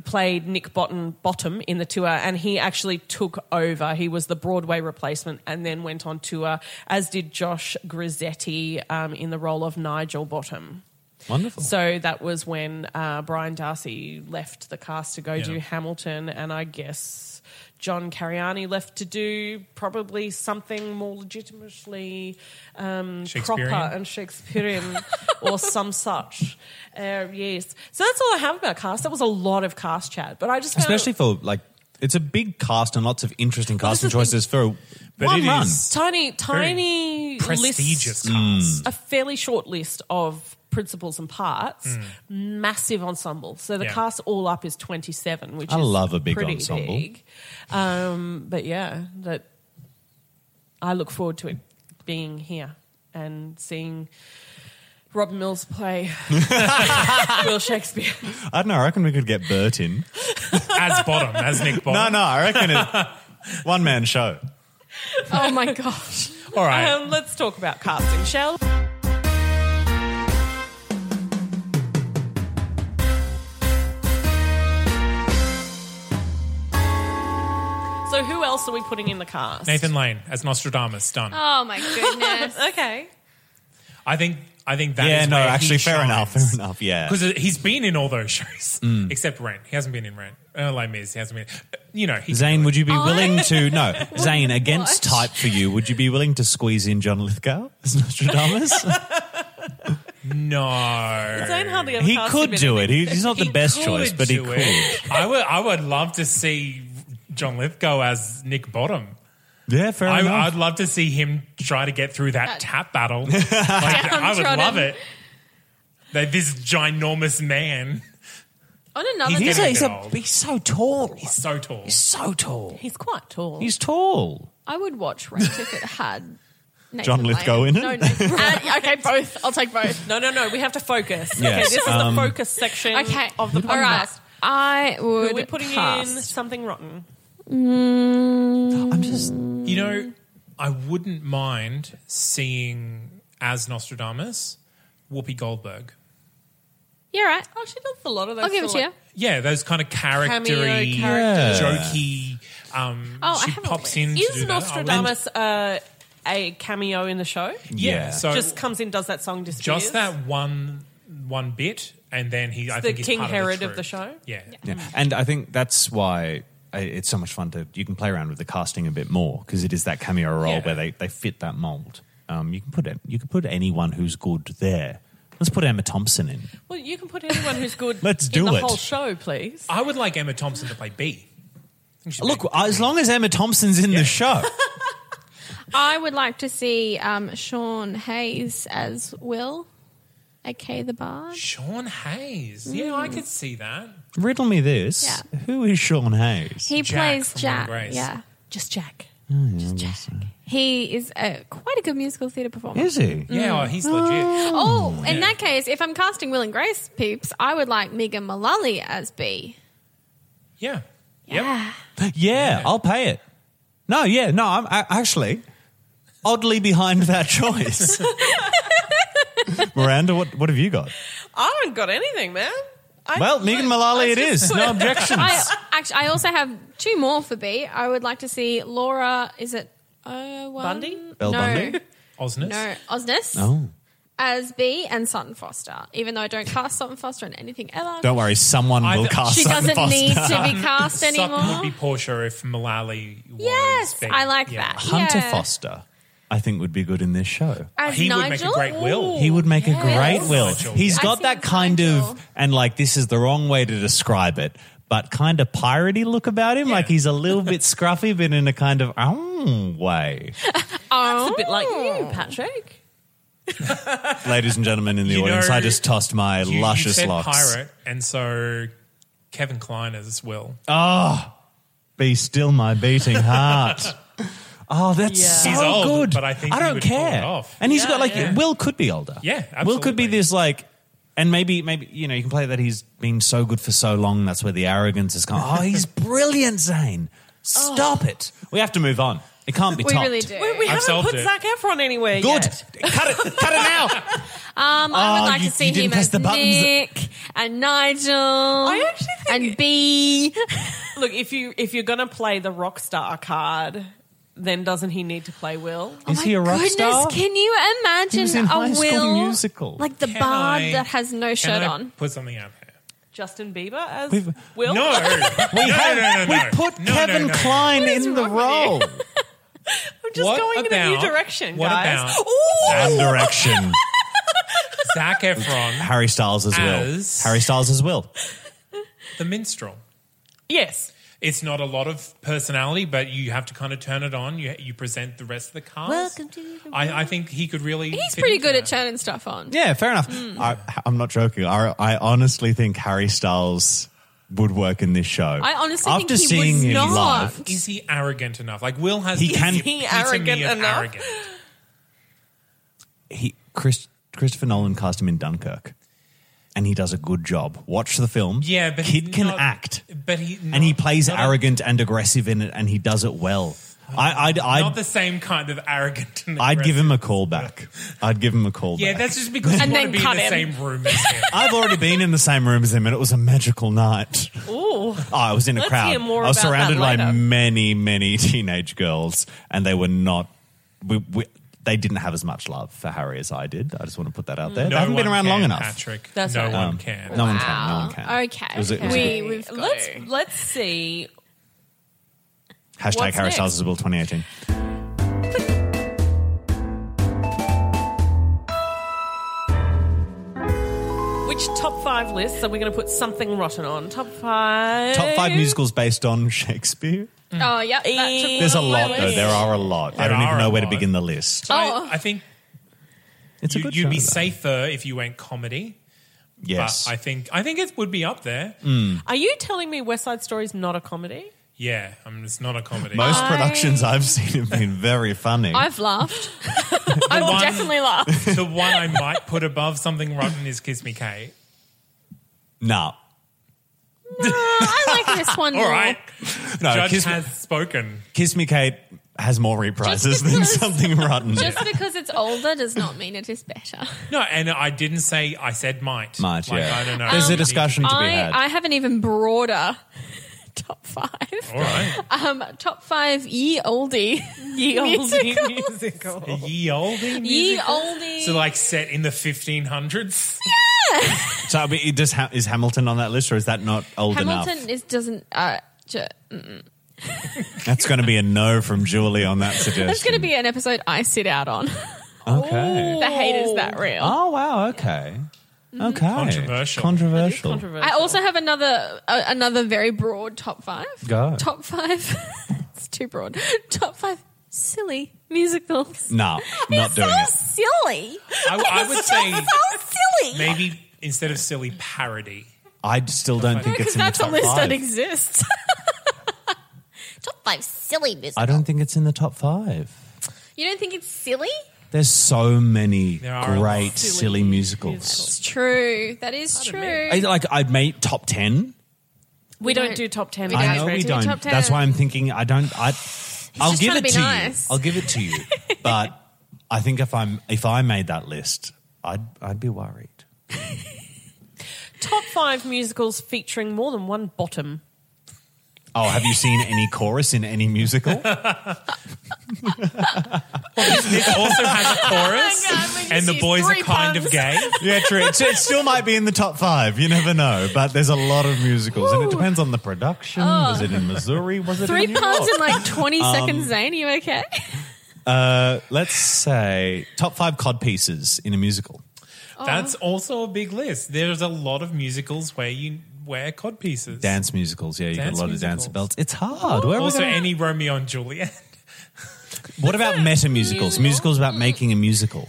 D: played Nick Bottom, Bottom in the tour, and he actually took over. He was the Broadway replacement and then went on tour, as did Josh Grizzetti um, in the role of Nigel Bottom.
E: Wonderful.
D: So that was when uh, Brian Darcy left the cast to go
C: Yeah.
D: do Hamilton, and I guess John Cariani left to do probably something more legitimately um, proper
C: Shakespearean?
D: and Shakespearean or some such. Uh, yes. So that's all I have about cast. That was a lot of cast chat, but I just found
E: Especially for like It's a big cast and lots of interesting casting
D: the thing-
E: choices for a
C: But
E: one
C: it
E: run.
C: is
D: Tiny, tiny
C: prestigious
D: list,
E: Mm.
C: cast.
D: a fairly short list of principals and parts, massive ensemble. So the
C: Yeah.
D: cast all up is twenty seven, which
E: I
D: is
E: love a big
D: pretty
E: ensemble.
D: big. Um, but yeah, that I look forward to it being here and seeing Robin Mills
E: (laughs)
D: play Will Shakespeare.
E: I don't know. I reckon we could get Bert in.
C: as bottom, as Nick bottom.
E: (laughs) No, no. I reckon
C: (laughs)
E: it's one man show.
D: (laughs)
F: Oh my gosh.
C: All right.
D: Um, let's talk about casting, shall? we? So who else are we putting in the cast?
C: Nathan Lane as Nostradamus done.
F: Oh my goodness.
D: Okay.
C: I think I think that
E: yeah,
C: is
E: no.
C: where
E: Actually,
C: he
E: fair enough. Fair enough. Yeah. Mm.
C: Because he's been in all those shows except Rent. He hasn't been in Rent. Uh, Les Mis. He hasn't been. You know, he
E: Zane, would you be willing to no? Zane, against
F: What?
E: type for you, would you be willing to squeeze in John Lithgow as Nostradamus?
C: no.
D: Zane hardly ever
E: he
D: casts
E: could
D: him
E: do
D: in
E: it. He- He's not the
C: He
E: best
C: could
E: choice, but he
C: do
E: could.
C: it. I would. I would love to see John Lithgow as Nick Bottom.
E: Yeah, fair
C: I,
E: enough.
C: I'd love to see him try to get through that
F: That-
C: tap
E: (laughs)
C: battle. Like, I would
F: Downtrodden.
C: love it. Like, this ginormous man,
F: On another
C: He's
E: he's,
C: getting
E: a,
C: a
E: he's,
C: bit
E: a-
C: old.
E: he's so tall.
C: he's so tall.
E: He's so tall.
D: He's quite tall.
E: He's tall.
F: I would watch Rent if it had Nathan
E: John Lithgow in
F: Lane.
E: it?
F: No, Nathan- uh, okay, both. I'll take both.
D: no, no, no. We have to focus.
E: Yes,
D: Okay, (laughs) this is
E: um,
D: the focus section
F: Okay,
D: of the podcast.
F: All right, I would.
D: Are we putting in
F: cast.
D: something rotten?
E: I'm just
C: You know, I wouldn't mind seeing as Nostradamus Whoopi Goldberg.
F: Yeah, right.
D: Oh, she does a lot of those.
F: I'll give it to
D: sort
F: you.
D: of
C: Yeah, those kind of charactery,
D: Cameo characters.
C: jokey. Um,
F: Oh, I
C: she
F: haven't
C: pops
F: read-
C: in. to
D: Is
C: do that. I would-
D: Nostradamus uh, a cameo in the show?
C: yeah,
E: Yeah.
C: So
D: Just comes in, does that song, disappears.
C: just that one one bit, and then he. I
D: the
C: think he's
D: King
C: part
D: Herod
C: of
D: of
C: the,
D: the
C: troop.
D: show?
C: Yeah.
E: Yeah. And I think that's why I- it's so much fun to you can play around with the casting a bit more because it is that cameo role
C: Yeah.
E: where they, they fit that mold. Um, you can put it. You can put anyone who's good there. Let's put Emma Thompson in.
D: Well, you can put anyone who's
C: (laughs)
D: good
E: Let's
D: in
E: do
D: the
E: it.
D: whole show, please.
C: I would like Emma Thompson to play B. I think she'd
E: Look,
C: make-
E: as long as Emma Thompson's in the show,
F: I would like to see um, Sean Hayes as Will, aka the Bard.
C: Sean Hayes. Yeah,
F: Mm.
C: I could see that.
E: riddle me this:
F: Yeah.
E: Who is Sean Hayes?
F: He
C: Jack
F: plays
C: from
F: Jack.
C: Will and Grace.
F: Yeah,
D: Just Jack.
F: just Jack. He is a, quite a good musical theatre performer.
E: is he?
C: Yeah, oh, he's legit.
F: Mm. Oh, in that case, if I'm casting Will and Grace peeps, I would like Megan Mullally as B.
C: Yeah. Yep.
F: Yeah.
E: Yeah, I'll pay it. No, yeah, no. I'm I, actually oddly behind
F: (laughs)
E: that choice. Miranda, what what have you got?
D: I haven't got anything, man. I,
E: Well, Megan Mullally, it is. No objections.
F: I actually I also have two more for B. I would like to see Laura. Is it oh one?
D: Bundy?
E: Bell
F: no,
E: Bundy?
C: Osnes.
F: no, Osnes
E: oh.
F: as B and Sutton Foster. Even though I don't cast Sutton Foster in anything ever,
E: Don't worry, someone
C: I-
E: will cast
F: she
E: Sutton
F: doesn't
E: Foster.
F: need to be cast
C: Sutton would
F: anymore.
C: be Portia if Mullally was
F: Yes,
C: Ben.
F: I like
C: Yeah.
F: that.
E: Hunter
F: Yeah.
E: Foster, I think, would be good in this show.
F: As
C: He would
F: Nigel?
C: make a great Will.
E: He would make
F: Yes.
E: a great Will.
C: Nigel.
E: He's
F: I
E: got
F: see
E: that kind
F: Nigel.
E: of, and like this is the wrong way to describe it, but kind of piratey look about him. Like he's a
C: (laughs)
E: little bit scruffy, but in a kind of oh way.
D: It's a bit like
C: Oh.
D: you, Patrick.
E: Ladies and gentlemen in the
C: You
E: audience,
C: know,
E: I just tossed my
C: You- you
E: luscious
C: said
E: locks.
C: pirate, and so Kevin Klein as Will.
E: Be still my beating heart.
C: (laughs)
E: Oh, that's
D: Yeah.
E: so
D: He's
C: old,
E: good.
C: but I think he
E: don't
C: would pull
E: care.
C: it off.
E: And he's got like
C: yeah.
E: Will could be older.
C: Yeah,
E: Will could be
C: absolutely.
E: this like, and maybe maybe you know you can play that he's been so good for so long. That's where the arrogance has come. Oh,
C: (laughs)
E: he's brilliant, Zane.
C: Oh.
E: Stop it. We have to move on. It can't be
F: We
E: topped.
F: really do.
D: We, we
C: I've
D: haven't
C: solved
D: put
C: it.
D: Zac Efron anywhere
E: Good.
D: yet.
E: Cut it. Cut it now.
F: (laughs) Um, I
E: Oh,
F: would like
E: you-
F: to see
E: you didn't
F: him
E: press
F: as
E: the buttons.
F: Nick and Nigel. I
D: actually think-
F: and B.
D: Look, if you if you're gonna play the rock star card, then doesn't he need to play Will?
E: Is he a rock
F: Oh Goodness,
E: star?
F: can you imagine
E: He was in
F: a
E: High School
F: Will
E: Musical.
F: like the
C: Can
F: bard
C: I-
F: that has no
C: Can
F: shirt
C: I
F: on?
C: Put something out there.
D: Justin Bieber as
E: We've-
D: Will?
F: (laughs)
D: Uh,
C: No,
E: we
C: no,
E: have,
C: no, no, no,
E: we put
C: no, no,
E: Kevin
C: no, no.
E: Klein in the
F: wrong with
E: role.
C: (laughs)
D: I'm just
C: What
D: going in a new
C: about-
D: direction,
C: what
D: guys.
C: about-
D: Ooh! (laughs)
E: And direction.
C: Zac Efron,
E: Harry Styles as, well.
C: As-
E: Harry Styles as well.
C: the minstrel.
D: Yes.
C: It's not a lot of personality, but you have to kind of turn it on. You, you present the rest of the cast.
D: Welcome to the
C: I, I think he could really.
F: He's
C: fit
F: pretty
C: into
F: good at
C: that.
F: turning stuff on.
E: Yeah, fair enough.
F: Hmm.
E: I, I'm not joking. I, I honestly think Harry Styles would work in this show.
F: I honestly
E: After
F: think he
E: seeing
F: was
E: him
F: not.
E: live,
C: Is he arrogant enough? Like Will has.
E: He
C: the
E: can-
C: epitome
D: Is he arrogant
C: of
D: enough?
C: arrogant.
E: he Chris, Christopher Nolan cast him in Dunkirk, and he does a good job. Watch the film.
C: Yeah, but
E: kid
C: he's
E: can
C: not-
E: act,
C: But he
E: and he plays
C: not a-
E: arrogant and aggressive in it, and he does it well. I, I'd, I'd,
C: not the same kind of arrogant. And
E: I'd give him
C: aggressive.
E: a call back. I'd give him a call
C: Yeah,
E: back.
C: that's just because you
F: And
C: want to
F: then
C: be in
F: cut
C: the
F: him.
C: same room as
E: (laughs)
C: him.
E: I've already been in the same room as him, and it was a magical night.
D: Ooh.
E: Oh, I was in a
D: Let's
E: crowd.
D: hear more
E: I was
D: about
E: surrounded
D: that
E: by
D: later.
E: many, many (laughs) teenage girls, and they were not. We, we, they didn't have as much love for Harry as I did. I just want to put that out there.
C: No
E: they haven't been
C: one
E: around
C: can,
E: long enough.
C: Patrick.
D: That's
C: no
D: right.
C: one
E: Um,
C: can.
E: No one can. No one can.
F: Okay,
E: It was a- it was a-
F: okay. We, we've got
D: Let's
F: to.
D: let's see.
E: hashtag
D: What's
E: Harry
D: next?
E: Styles is Bill 2018.
D: Which top five lists are we going to put something rotten on? Top five.
E: Top five musicals based on Shakespeare.
F: Oh, yeah. That took
E: There's a
F: me on
E: lot,
F: my
E: though.
F: list.
E: There are a lot. I
C: There
E: don't even
C: are
E: know
C: a
E: where to
C: lot.
E: begin the list.
C: So I-
F: Oh.
C: I, think
E: It's a
C: you,
E: good
C: you'd be
E: show, though.
C: safer if you went comedy.
E: Yes.
C: But I think I think it would be up there.
D: Are you telling me West Side Story is not a comedy?
C: Yeah, I mean it's not a comedy.
E: Most
F: I-
E: productions I've seen have been very funny.
F: I've laughed. Uh, I will
C: one-
F: definitely laugh.
C: (laughs) the one I might put above something rotten is Kiss Me Kate.
E: nah.
F: Uh, I like this
C: (laughs)
F: one
C: All
F: more.
C: right,
E: No,
C: judge
E: Uh, Kiss,
C: has spoken.
E: Kiss Me Kate has more reprises
F: (laughs) Just
E: than
F: because-
E: Something Rotten.
F: Just because it's older does not mean it is
E: (laughs)
F: better.
C: No, and I didn't say I said might.
E: Might,
C: Like,
E: yeah.
C: I don't know.
E: There's
C: You
E: a
C: need to-
E: discussion to be
F: I,
E: had.
F: I have an even broader (laughs) top five.
C: All
E: (laughs)
C: right,
F: Um, top five ye (laughs) oldie.
D: Ye olde
F: Musical.
C: a
D: musical.
C: ye olde
F: Ye
C: music.
F: oldie.
C: So like set in the
E: (laughs)
C: 1500s.
E: So I mean, it does ha- is Hamilton on that list, or is that not old
F: Hamilton
E: enough?
F: is doesn't. Uh, ju-
E: That's going to be a no from Julie on that suggestion.
F: that's going to be an episode I sit out on. (laughs)
E: okay.
F: the hate is that real.
E: Oh wow. Okay.
F: Mm-hmm.
E: Okay.
C: Controversial.
E: Controversial.
D: Controversial.
F: I also have another uh, another very broad top five.
E: Go.
F: Top five. (laughs) it's too broad. Top five silly musicals. (laughs)
E: no, not doing
F: so
E: it.
F: silly.
C: I, I would say
F: So silly.
C: maybe instead of silly parody.
E: I still don't think
F: Because
E: it's in the
F: that's a
E: top
F: list
E: five.
F: that exists. (laughs) top five silly musicals.
E: I don't think it's in the top five.
F: You don't think it's silly?
E: There's so many
C: There are a
E: great
C: lot.
E: silly, musicals.
F: It's true. That is true.
E: I, like I'd make top ten.
D: we don't do top ten.
F: don't.
E: I
D: I
E: know we
F: Do
E: don't.
F: top 10.
E: That's why I'm thinking I don't. I, I'll
F: just
E: give
F: trying
E: it
F: to
E: to,
F: be nice.
E: you. I'll give it to
F: (laughs)
E: you. But I think if I'm if I made that list, I'd I'd be worried.
D: Top five musicals featuring more than one bottom.
E: Oh, have you seen any chorus in any musical?
C: This
F: (laughs)
C: also has a chorus,
F: Oh God, we just
C: and the
F: used
C: boys are
F: three
C: kind
F: puns.
C: of gay.
E: (laughs) yeah, true. It, it still might be in the top five. You never know. But there's a lot of musicals, and it depends on the production. Was it in Missouri? Was it
F: Oh. Three
E: in New
F: puns
E: York? (laughs)
F: in like 20 seconds, Zane. Are you okay?
E: Uh, let's say top five cod pieces in a musical.
F: Oh.
C: That's also a big list. There's a lot of musicals where you wear codpieces.
E: Dance musicals, yeah, you got a
C: Dance
E: lot of dance
C: musicals.
E: belts. It's hard. Where are we
C: Also,
E: gonna-
C: any Romeo and Juliet. (laughs)
E: What about meta musicals? Musicals about making a musical.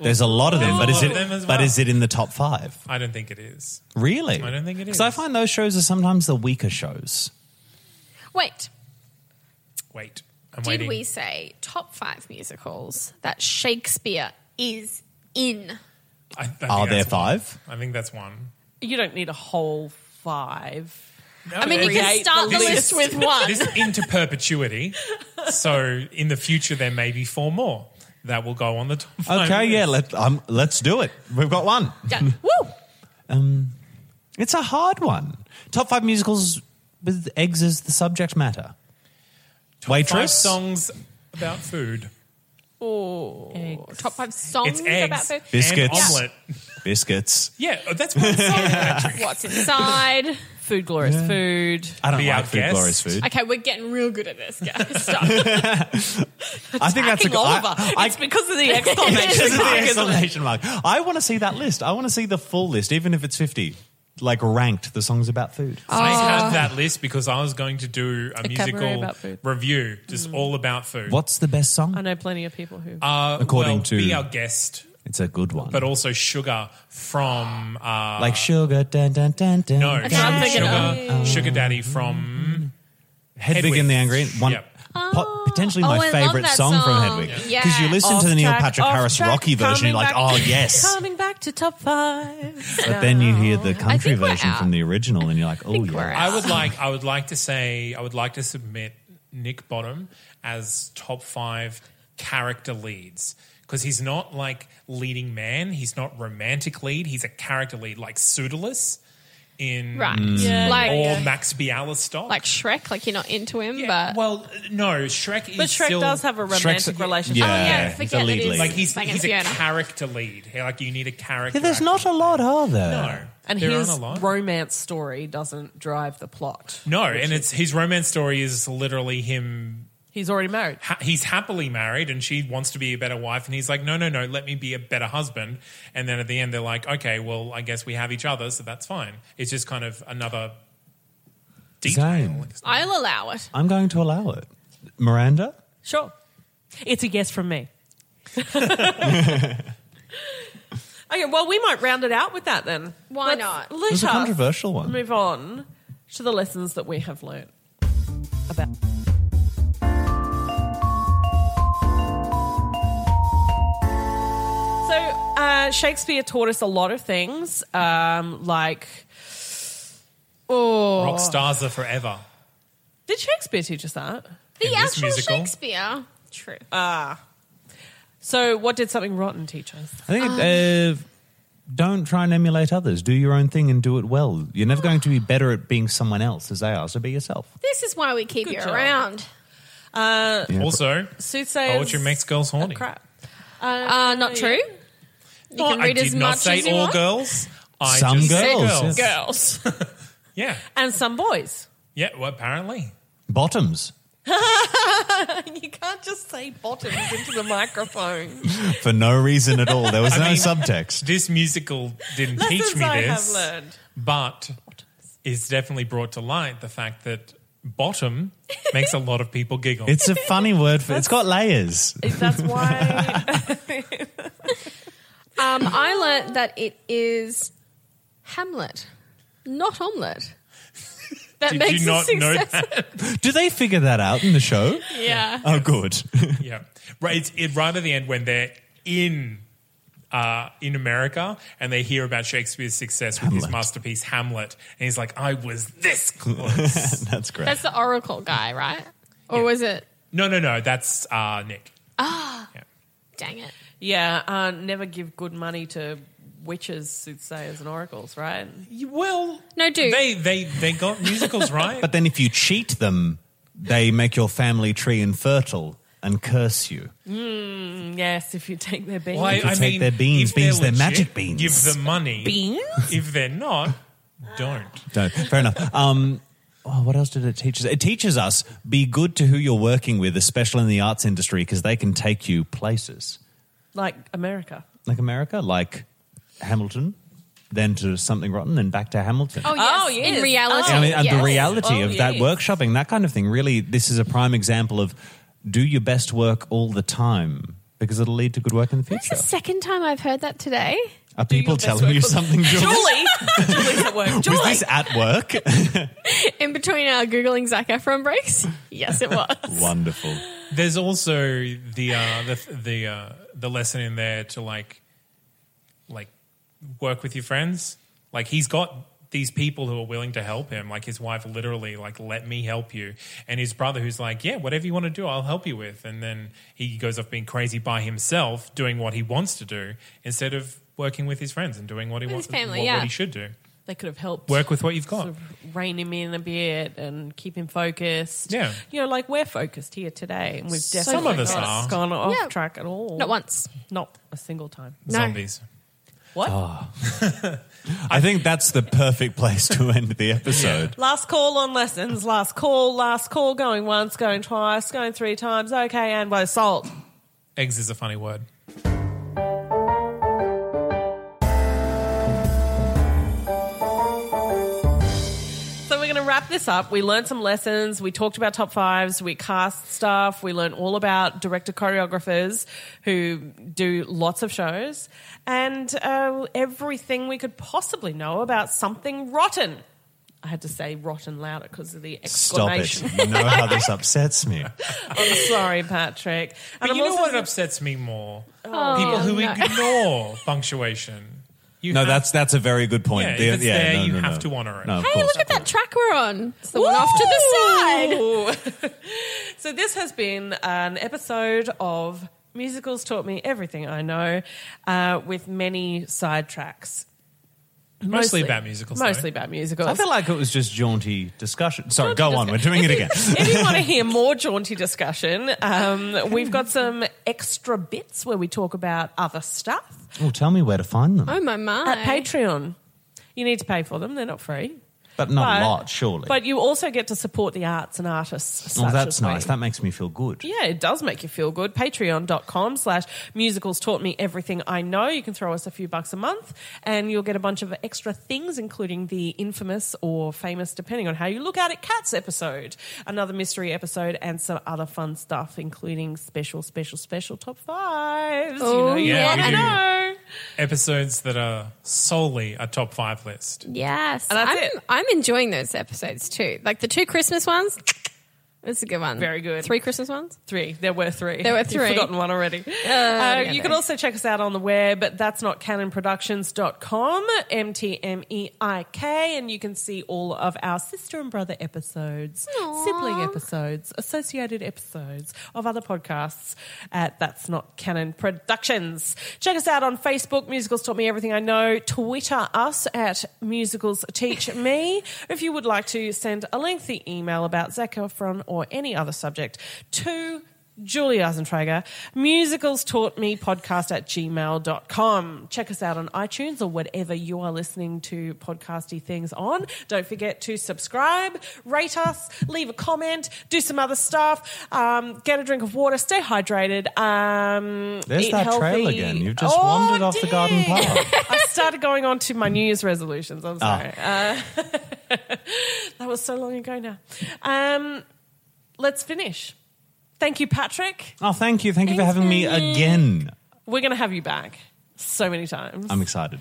E: There's a lot of them, but
C: There's a lot
E: is it
C: of them as
E: but
C: well.
E: is it in the top five?
C: I don't think it is.
E: Really?
C: I don't think it
E: Because I
C: is.
E: find those shows are sometimes the weaker shows.
F: Wait.
C: Wait, I'm
F: Did
C: waiting.
F: we say top five musicals that Shakespeare is in?
C: I, I think
E: Are there
C: that's one.
E: five?
C: I think that's one.
D: You don't need a whole five.
F: I mean, you
D: Create
F: can start
D: the
F: the
D: list.
F: list with one.
C: This is into
F: (laughs)
C: perpetuity. So in the future, there may be four more that will go on the top. five
E: Okay, yeah,
C: list.
E: let, um, let's do it. We've got one. (laughs)
F: Done. Woo!
E: It's a hard one. Top five musicals with eggs as the subject matter.
C: Five
E: Waitress?
C: songs about food.
F: Oh, top five
C: It's
F: songs
C: eggs,
F: about food.
E: Biscuits.
C: and omelette.
E: Biscuits.
C: Yeah, oh, that's one song. Patrick.
F: What's inside?
D: Food, glorious food.
E: I don't
C: Be
E: like
C: our
E: food,
C: guest.
E: glorious food.
F: Okay, we're getting real good at
C: (laughs)
F: this, guys. Stop.
E: I think that's a
D: King
E: good
D: Oliver.
E: I, I,
D: it's because of (laughs) the
E: Yeah,
D: exclamation
E: because of the
D: mark, isn't it?
E: exclamation mark. I want to see that list. I want to see the full list, even if it's 50. like ranked the songs about food.
C: I had that list because I was going to do a,
D: A cabaret
C: musical
D: about food.
C: review, just all about food.
E: What's the best
D: I
E: song?
D: know plenty of people who.
C: Uh,
E: According
C: well,
E: to-
C: be our guest,
E: It's a good one.
C: but also sugar from uh,
E: like sugar, dun, dun, dun, dun,
C: no
E: dun.
F: I'm thinking
C: sugar, sugar daddy from
E: Hedwig,
C: Hedwig.
E: and the Angry Inch- one.
C: Yep.
E: po- potentially
F: Oh,
E: my
F: I love
E: favorite
F: that
E: song, from
F: song.
E: Hedwig
F: Yeah.
E: because you listen
D: Off
E: to the Neil
D: track,
E: Patrick
D: off
E: Harris
D: track,
E: Rocky version, you're
D: coming
E: like,
D: back-
E: oh yes.
D: Coming back to top five.
E: But then you hear the country
F: we're
E: version
F: out.
E: from the original, and you're like, oh
F: think we're
E: yeah.
F: out.
C: I would like I would like to say I would like to submit Nick Bottom as top five character leads because he's not like leading man. He's not romantic lead. He's a character lead like Pseudolus in
F: Right.
D: Yeah,
F: Like, uh,
C: or Max Bialystock.
F: like Shrek, like you're not into him,
C: Yeah,
F: but.
C: well, no, Shrek is
D: But Shrek
C: still,
D: does have a romantic relationship.
E: yeah,
F: Oh, yeah,
E: he's
F: forget
E: a
F: that
E: lead
F: it is-
E: lady.
C: like he's
F: Like in
C: he's a
F: Fiona.
C: character lead. He- Like you need a character.
E: Yeah, there's not
C: actor.
E: a lot, are there?
C: No,
D: And
C: There
D: his
C: aren't a lot.
D: romance story doesn't drive the plot.
C: no, and it's his romance story is literally him
D: He's already married.
C: ha- he's happily married and she wants to be a better wife and he's like no no no let me be a better husband and then at the end they're like okay well i guess we have each other so that's fine it's just kind of another detail
E: Zane.
F: I'll allow it.
E: I'm going to allow it. Miranda,
D: Sure. It's a yes from
E: (laughs)
D: me. (laughs) okay, well, we might round it out with that then.
F: Why
D: Let's-
F: not?
D: Let
E: it was a
D: us
E: controversial one.
D: move on to the lessons that we have learned about. So, uh, Shakespeare taught us a lot of things, um, like. Oh,
C: rock stars are forever
D: did Shakespeare teach us that?
F: The
C: In this
F: actual
C: musical?
F: Shakespeare. True.
C: Uh,
D: So, what did something rotten teach us?
E: I think
F: Um,
E: it, uh, don't try and emulate others. Do your own thing and do it well. You're never going to be better at being someone else as they are. So be yourself.
F: this is why we keep
D: Good
F: you
D: job.
F: around.
C: also
D: Soothsayers.
C: poetry makes girls horny
D: crap.
F: Uh,
C: Oh,
F: not true.
C: (laughs)
F: You
C: No,
F: can read
C: i did
F: as
C: not
F: much
C: say
F: as you
C: all
F: want.
C: girls I
E: Some
C: just said
E: girls, yes.
D: Girls.
C: yeah
D: (laughs) and some boys.
C: yeah well apparently
E: Bottoms
D: You can't just say bottoms into the microphone.
E: for no reason at all.
F: (laughs)
E: There was no
C: mean-
E: subtext.
C: this musical didn't teach
D: (laughs) Lessons
C: me
D: I
C: this
D: have learned.
C: but it's definitely brought to light the fact that
D: (laughs)
C: bottom makes a lot of people giggle
E: It's a funny word for it's got layers.
D: That's
C: (laughs)
D: why
F: Um, I learnt that it is Hamlet, not omelet.
C: (laughs)
F: That
C: Did
F: makes
C: you not
F: a success.
C: know that?
E: Do they figure that out in the show?
F: (laughs) Yeah.
E: Oh, good. (laughs)
C: yeah, right. It's it, right at the end when they're in uh, in America and they hear about Shakespeare's success with his
E: Hamlet.
C: masterpiece Hamlet, and he's like, "I was
E: (laughs)
C: this close."
E: That's great.
F: That's the Oracle guy, right? Or was it?
C: no, no, no. That's uh, Nick.
F: Dang it.
D: Yeah, uh, never give good money to witches, soothsayers and oracles, right?
C: You- Well,
F: No, dude.
C: They they they got musicals right.
E: (laughs) But then if you cheat them, they make your family tree infertile and curse you.
D: Yes, if you take their beans.
C: Well, I,
E: If you
C: I
E: take
C: mean,
E: their beans,
C: if they're
E: beans, they're
C: legit,
E: magic beans.
C: Give them money.
D: Beans?
C: If they're not,
F: Ah.
C: don't.
E: No, fair enough. Um, oh, what else did it teach us? It teaches us be good to who you're working with, especially in the arts industry, because they can take you places
D: Like
C: (laughs)
D: America.
E: like America, like Hamilton, then to something rotten, then back to Hamilton.
F: Oh, yes.
D: Oh, yes.
F: In reality.
D: Oh,
E: I mean, and the
F: yes.
E: reality
D: Oh,
E: of that
D: yes.
E: workshopping, that kind of thing. Really, this is a prime example of do your best work all the time because it'll lead to good work in the
F: That's the
E: future.
F: second time I've heard that today.
E: Are people
D: best
E: telling
D: work
E: you
D: all-
E: something, Julie?
D: Julie! Julie's at work.
E: (laughs)
D: Julie!
E: Was this
D: (laughs)
E: at work?
F: (laughs) In between our Googling Zac Efron breaks? Yes, it was.
E: Wonderful.
C: There's also the uh, the the uh, the lesson in there to like like work with your friends. Like he's got these people who are willing to help him. Like his wife, literally, like let me help you, and his brother, who's like, yeah, whatever you want to do, I'll help you with. And then he goes off being crazy by himself, doing what he wants to do instead of working with his friends and doing what he
F: With
C: wants,
F: his family,
C: what,
F: yeah.
C: what he should do.
D: They could have helped.
C: Work with what you've got.
D: sort of rein him in a bit and keep him focused.
C: Yeah.
D: You know, like we're focused here today and we've
C: Some
D: definitely
C: of us
D: not
C: are.
D: gone off
F: Yeah.
D: track at all.
F: Not once.
D: Not a single time.
C: Ah. Zombies.
D: What?
E: I think that's the perfect place to end the episode.
D: Last call on lessons. Last call. Last call. Going once. Going twice. Going three times. Okay, and by salt.
C: Eggs is a funny word.
D: going to wrap this up. We learned some lessons. We talked about top fives. We cast stuff. We learned all about director choreographers who do lots of shows and uh, everything we could possibly know about something rotten. I had to say rotten louder because of the
E: Stop it.
D: exclamation.
E: (laughs) You know how this upsets me.
D: I'm sorry, Patrick. And
C: But
D: I'm
C: you know
D: also-
C: what upsets me more? People who ignore punctuation. You
E: No,
C: have-
E: that's that's a very good point.
C: Yeah, if
E: The-
C: it's there,
E: no,
C: you
E: no, no.
C: have to honour it.
E: No, of
F: Hey,
E: course.
F: look at that track we're on. It's the one off to the side.
D: so this has been an episode of musicals taught me everything i know uh, with many sidetracks
C: mostly about musicals. though.
D: mostly about musicals
E: I feel like it was just jaunty discussion. Sorry, go on. We're doing it again.
D: if you want to hear more jaunty discussion um, we've got some extra bits where we talk about other stuff
E: (laughs) Well, tell me where to find them.
F: Oh my my.
D: at patreon you need to pay for them they're not free
E: But not
D: But-
E: a lot, surely.
D: but you also get to support the arts and artists
E: oh,
D: such
E: that's
D: as we.
E: nice. That makes me feel good.
D: Yeah, it does make you feel good. Patreon.com slash musicals taught me everything I know. You can throw us a few bucks a month and you'll get a bunch of extra things, including the infamous or famous, depending on how you look at it, Cats episode, another mystery episode, and some other fun stuff, including special, special, special top fives.
F: Oh,
C: Yeah,
F: yeah,
C: we
F: I
C: do.
F: know.
C: episodes that are solely a top five list.
F: Yes,
D: And that's
F: I'm,
D: it.
F: I'm enjoying those episodes too. Like the two Christmas ones. That's a good one.
D: Very good.
F: Three Christmas ones.
D: Three. There were three.
F: There
D: (laughs)
F: were
D: You've
F: three.
D: forgotten one already. Uh, you can also check us out on the web. That's not canonproductions.com, M-T-M-E-I-K, E and you can see all of our sister and brother episodes, sibling episodes, associated episodes of other podcasts at That's Not Canon Productions. Check us out on Facebook, Musicals Taught Me Everything I Know, Twitter us at Musicals Teach Me. If you would like to send a lengthy email about Zac Efron or any other subject to Julie Eisentrager, musicals taught me podcast at gmail.com. Check us out on iTunes or whatever you are listening to podcasty things on. Don't forget to subscribe, rate us, leave a comment, do some other stuff, um, get a drink of water, stay hydrated. Um,
E: There's
D: eat
E: that
D: healthy.
E: trail again. You've just
D: Oh,
E: wandered off the
D: dang.
E: garden path.
D: I started going on to my New Year's resolutions. I'm sorry. Uh, (laughs) that was so long ago now. Um, let's finish. Thank you, Patrick.
E: Oh, thank you. Thank you for having me again.
D: We're going to have you back so many times.
E: I'm excited.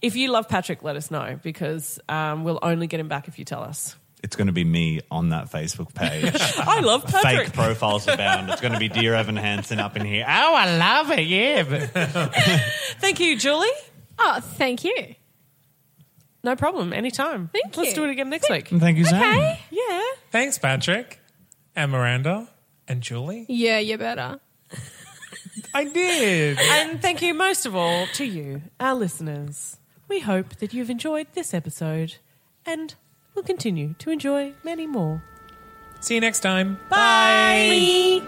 D: if you love Patrick, let us know because um, we'll only get him back if you tell us.
E: It's going to be me on that Facebook page.
D: I love Patrick.
E: Fake profiles abound. It's going to be Dear Evan Hansen up in here. Oh, I love it. Yeah. But
D: Thank you, Julie.
F: Oh, thank you.
D: No problem. Anytime.
F: Thank
D: Let's
F: you.
D: do it again next week.
E: thank you, Sam.
F: Okay.
D: Yeah.
C: Thanks, Patrick and Miranda and Julie.
F: Yeah, you're better.
C: I did.
D: And thank you most of all to you, our listeners. We hope that you've enjoyed this episode and will continue to enjoy many more.
C: See you next time.
D: Bye.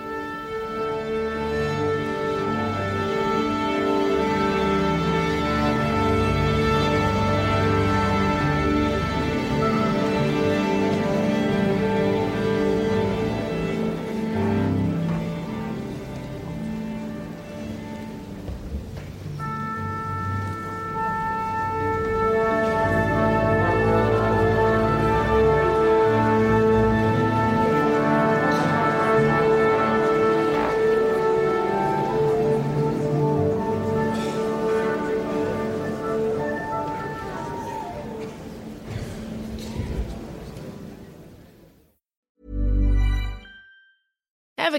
G: Ever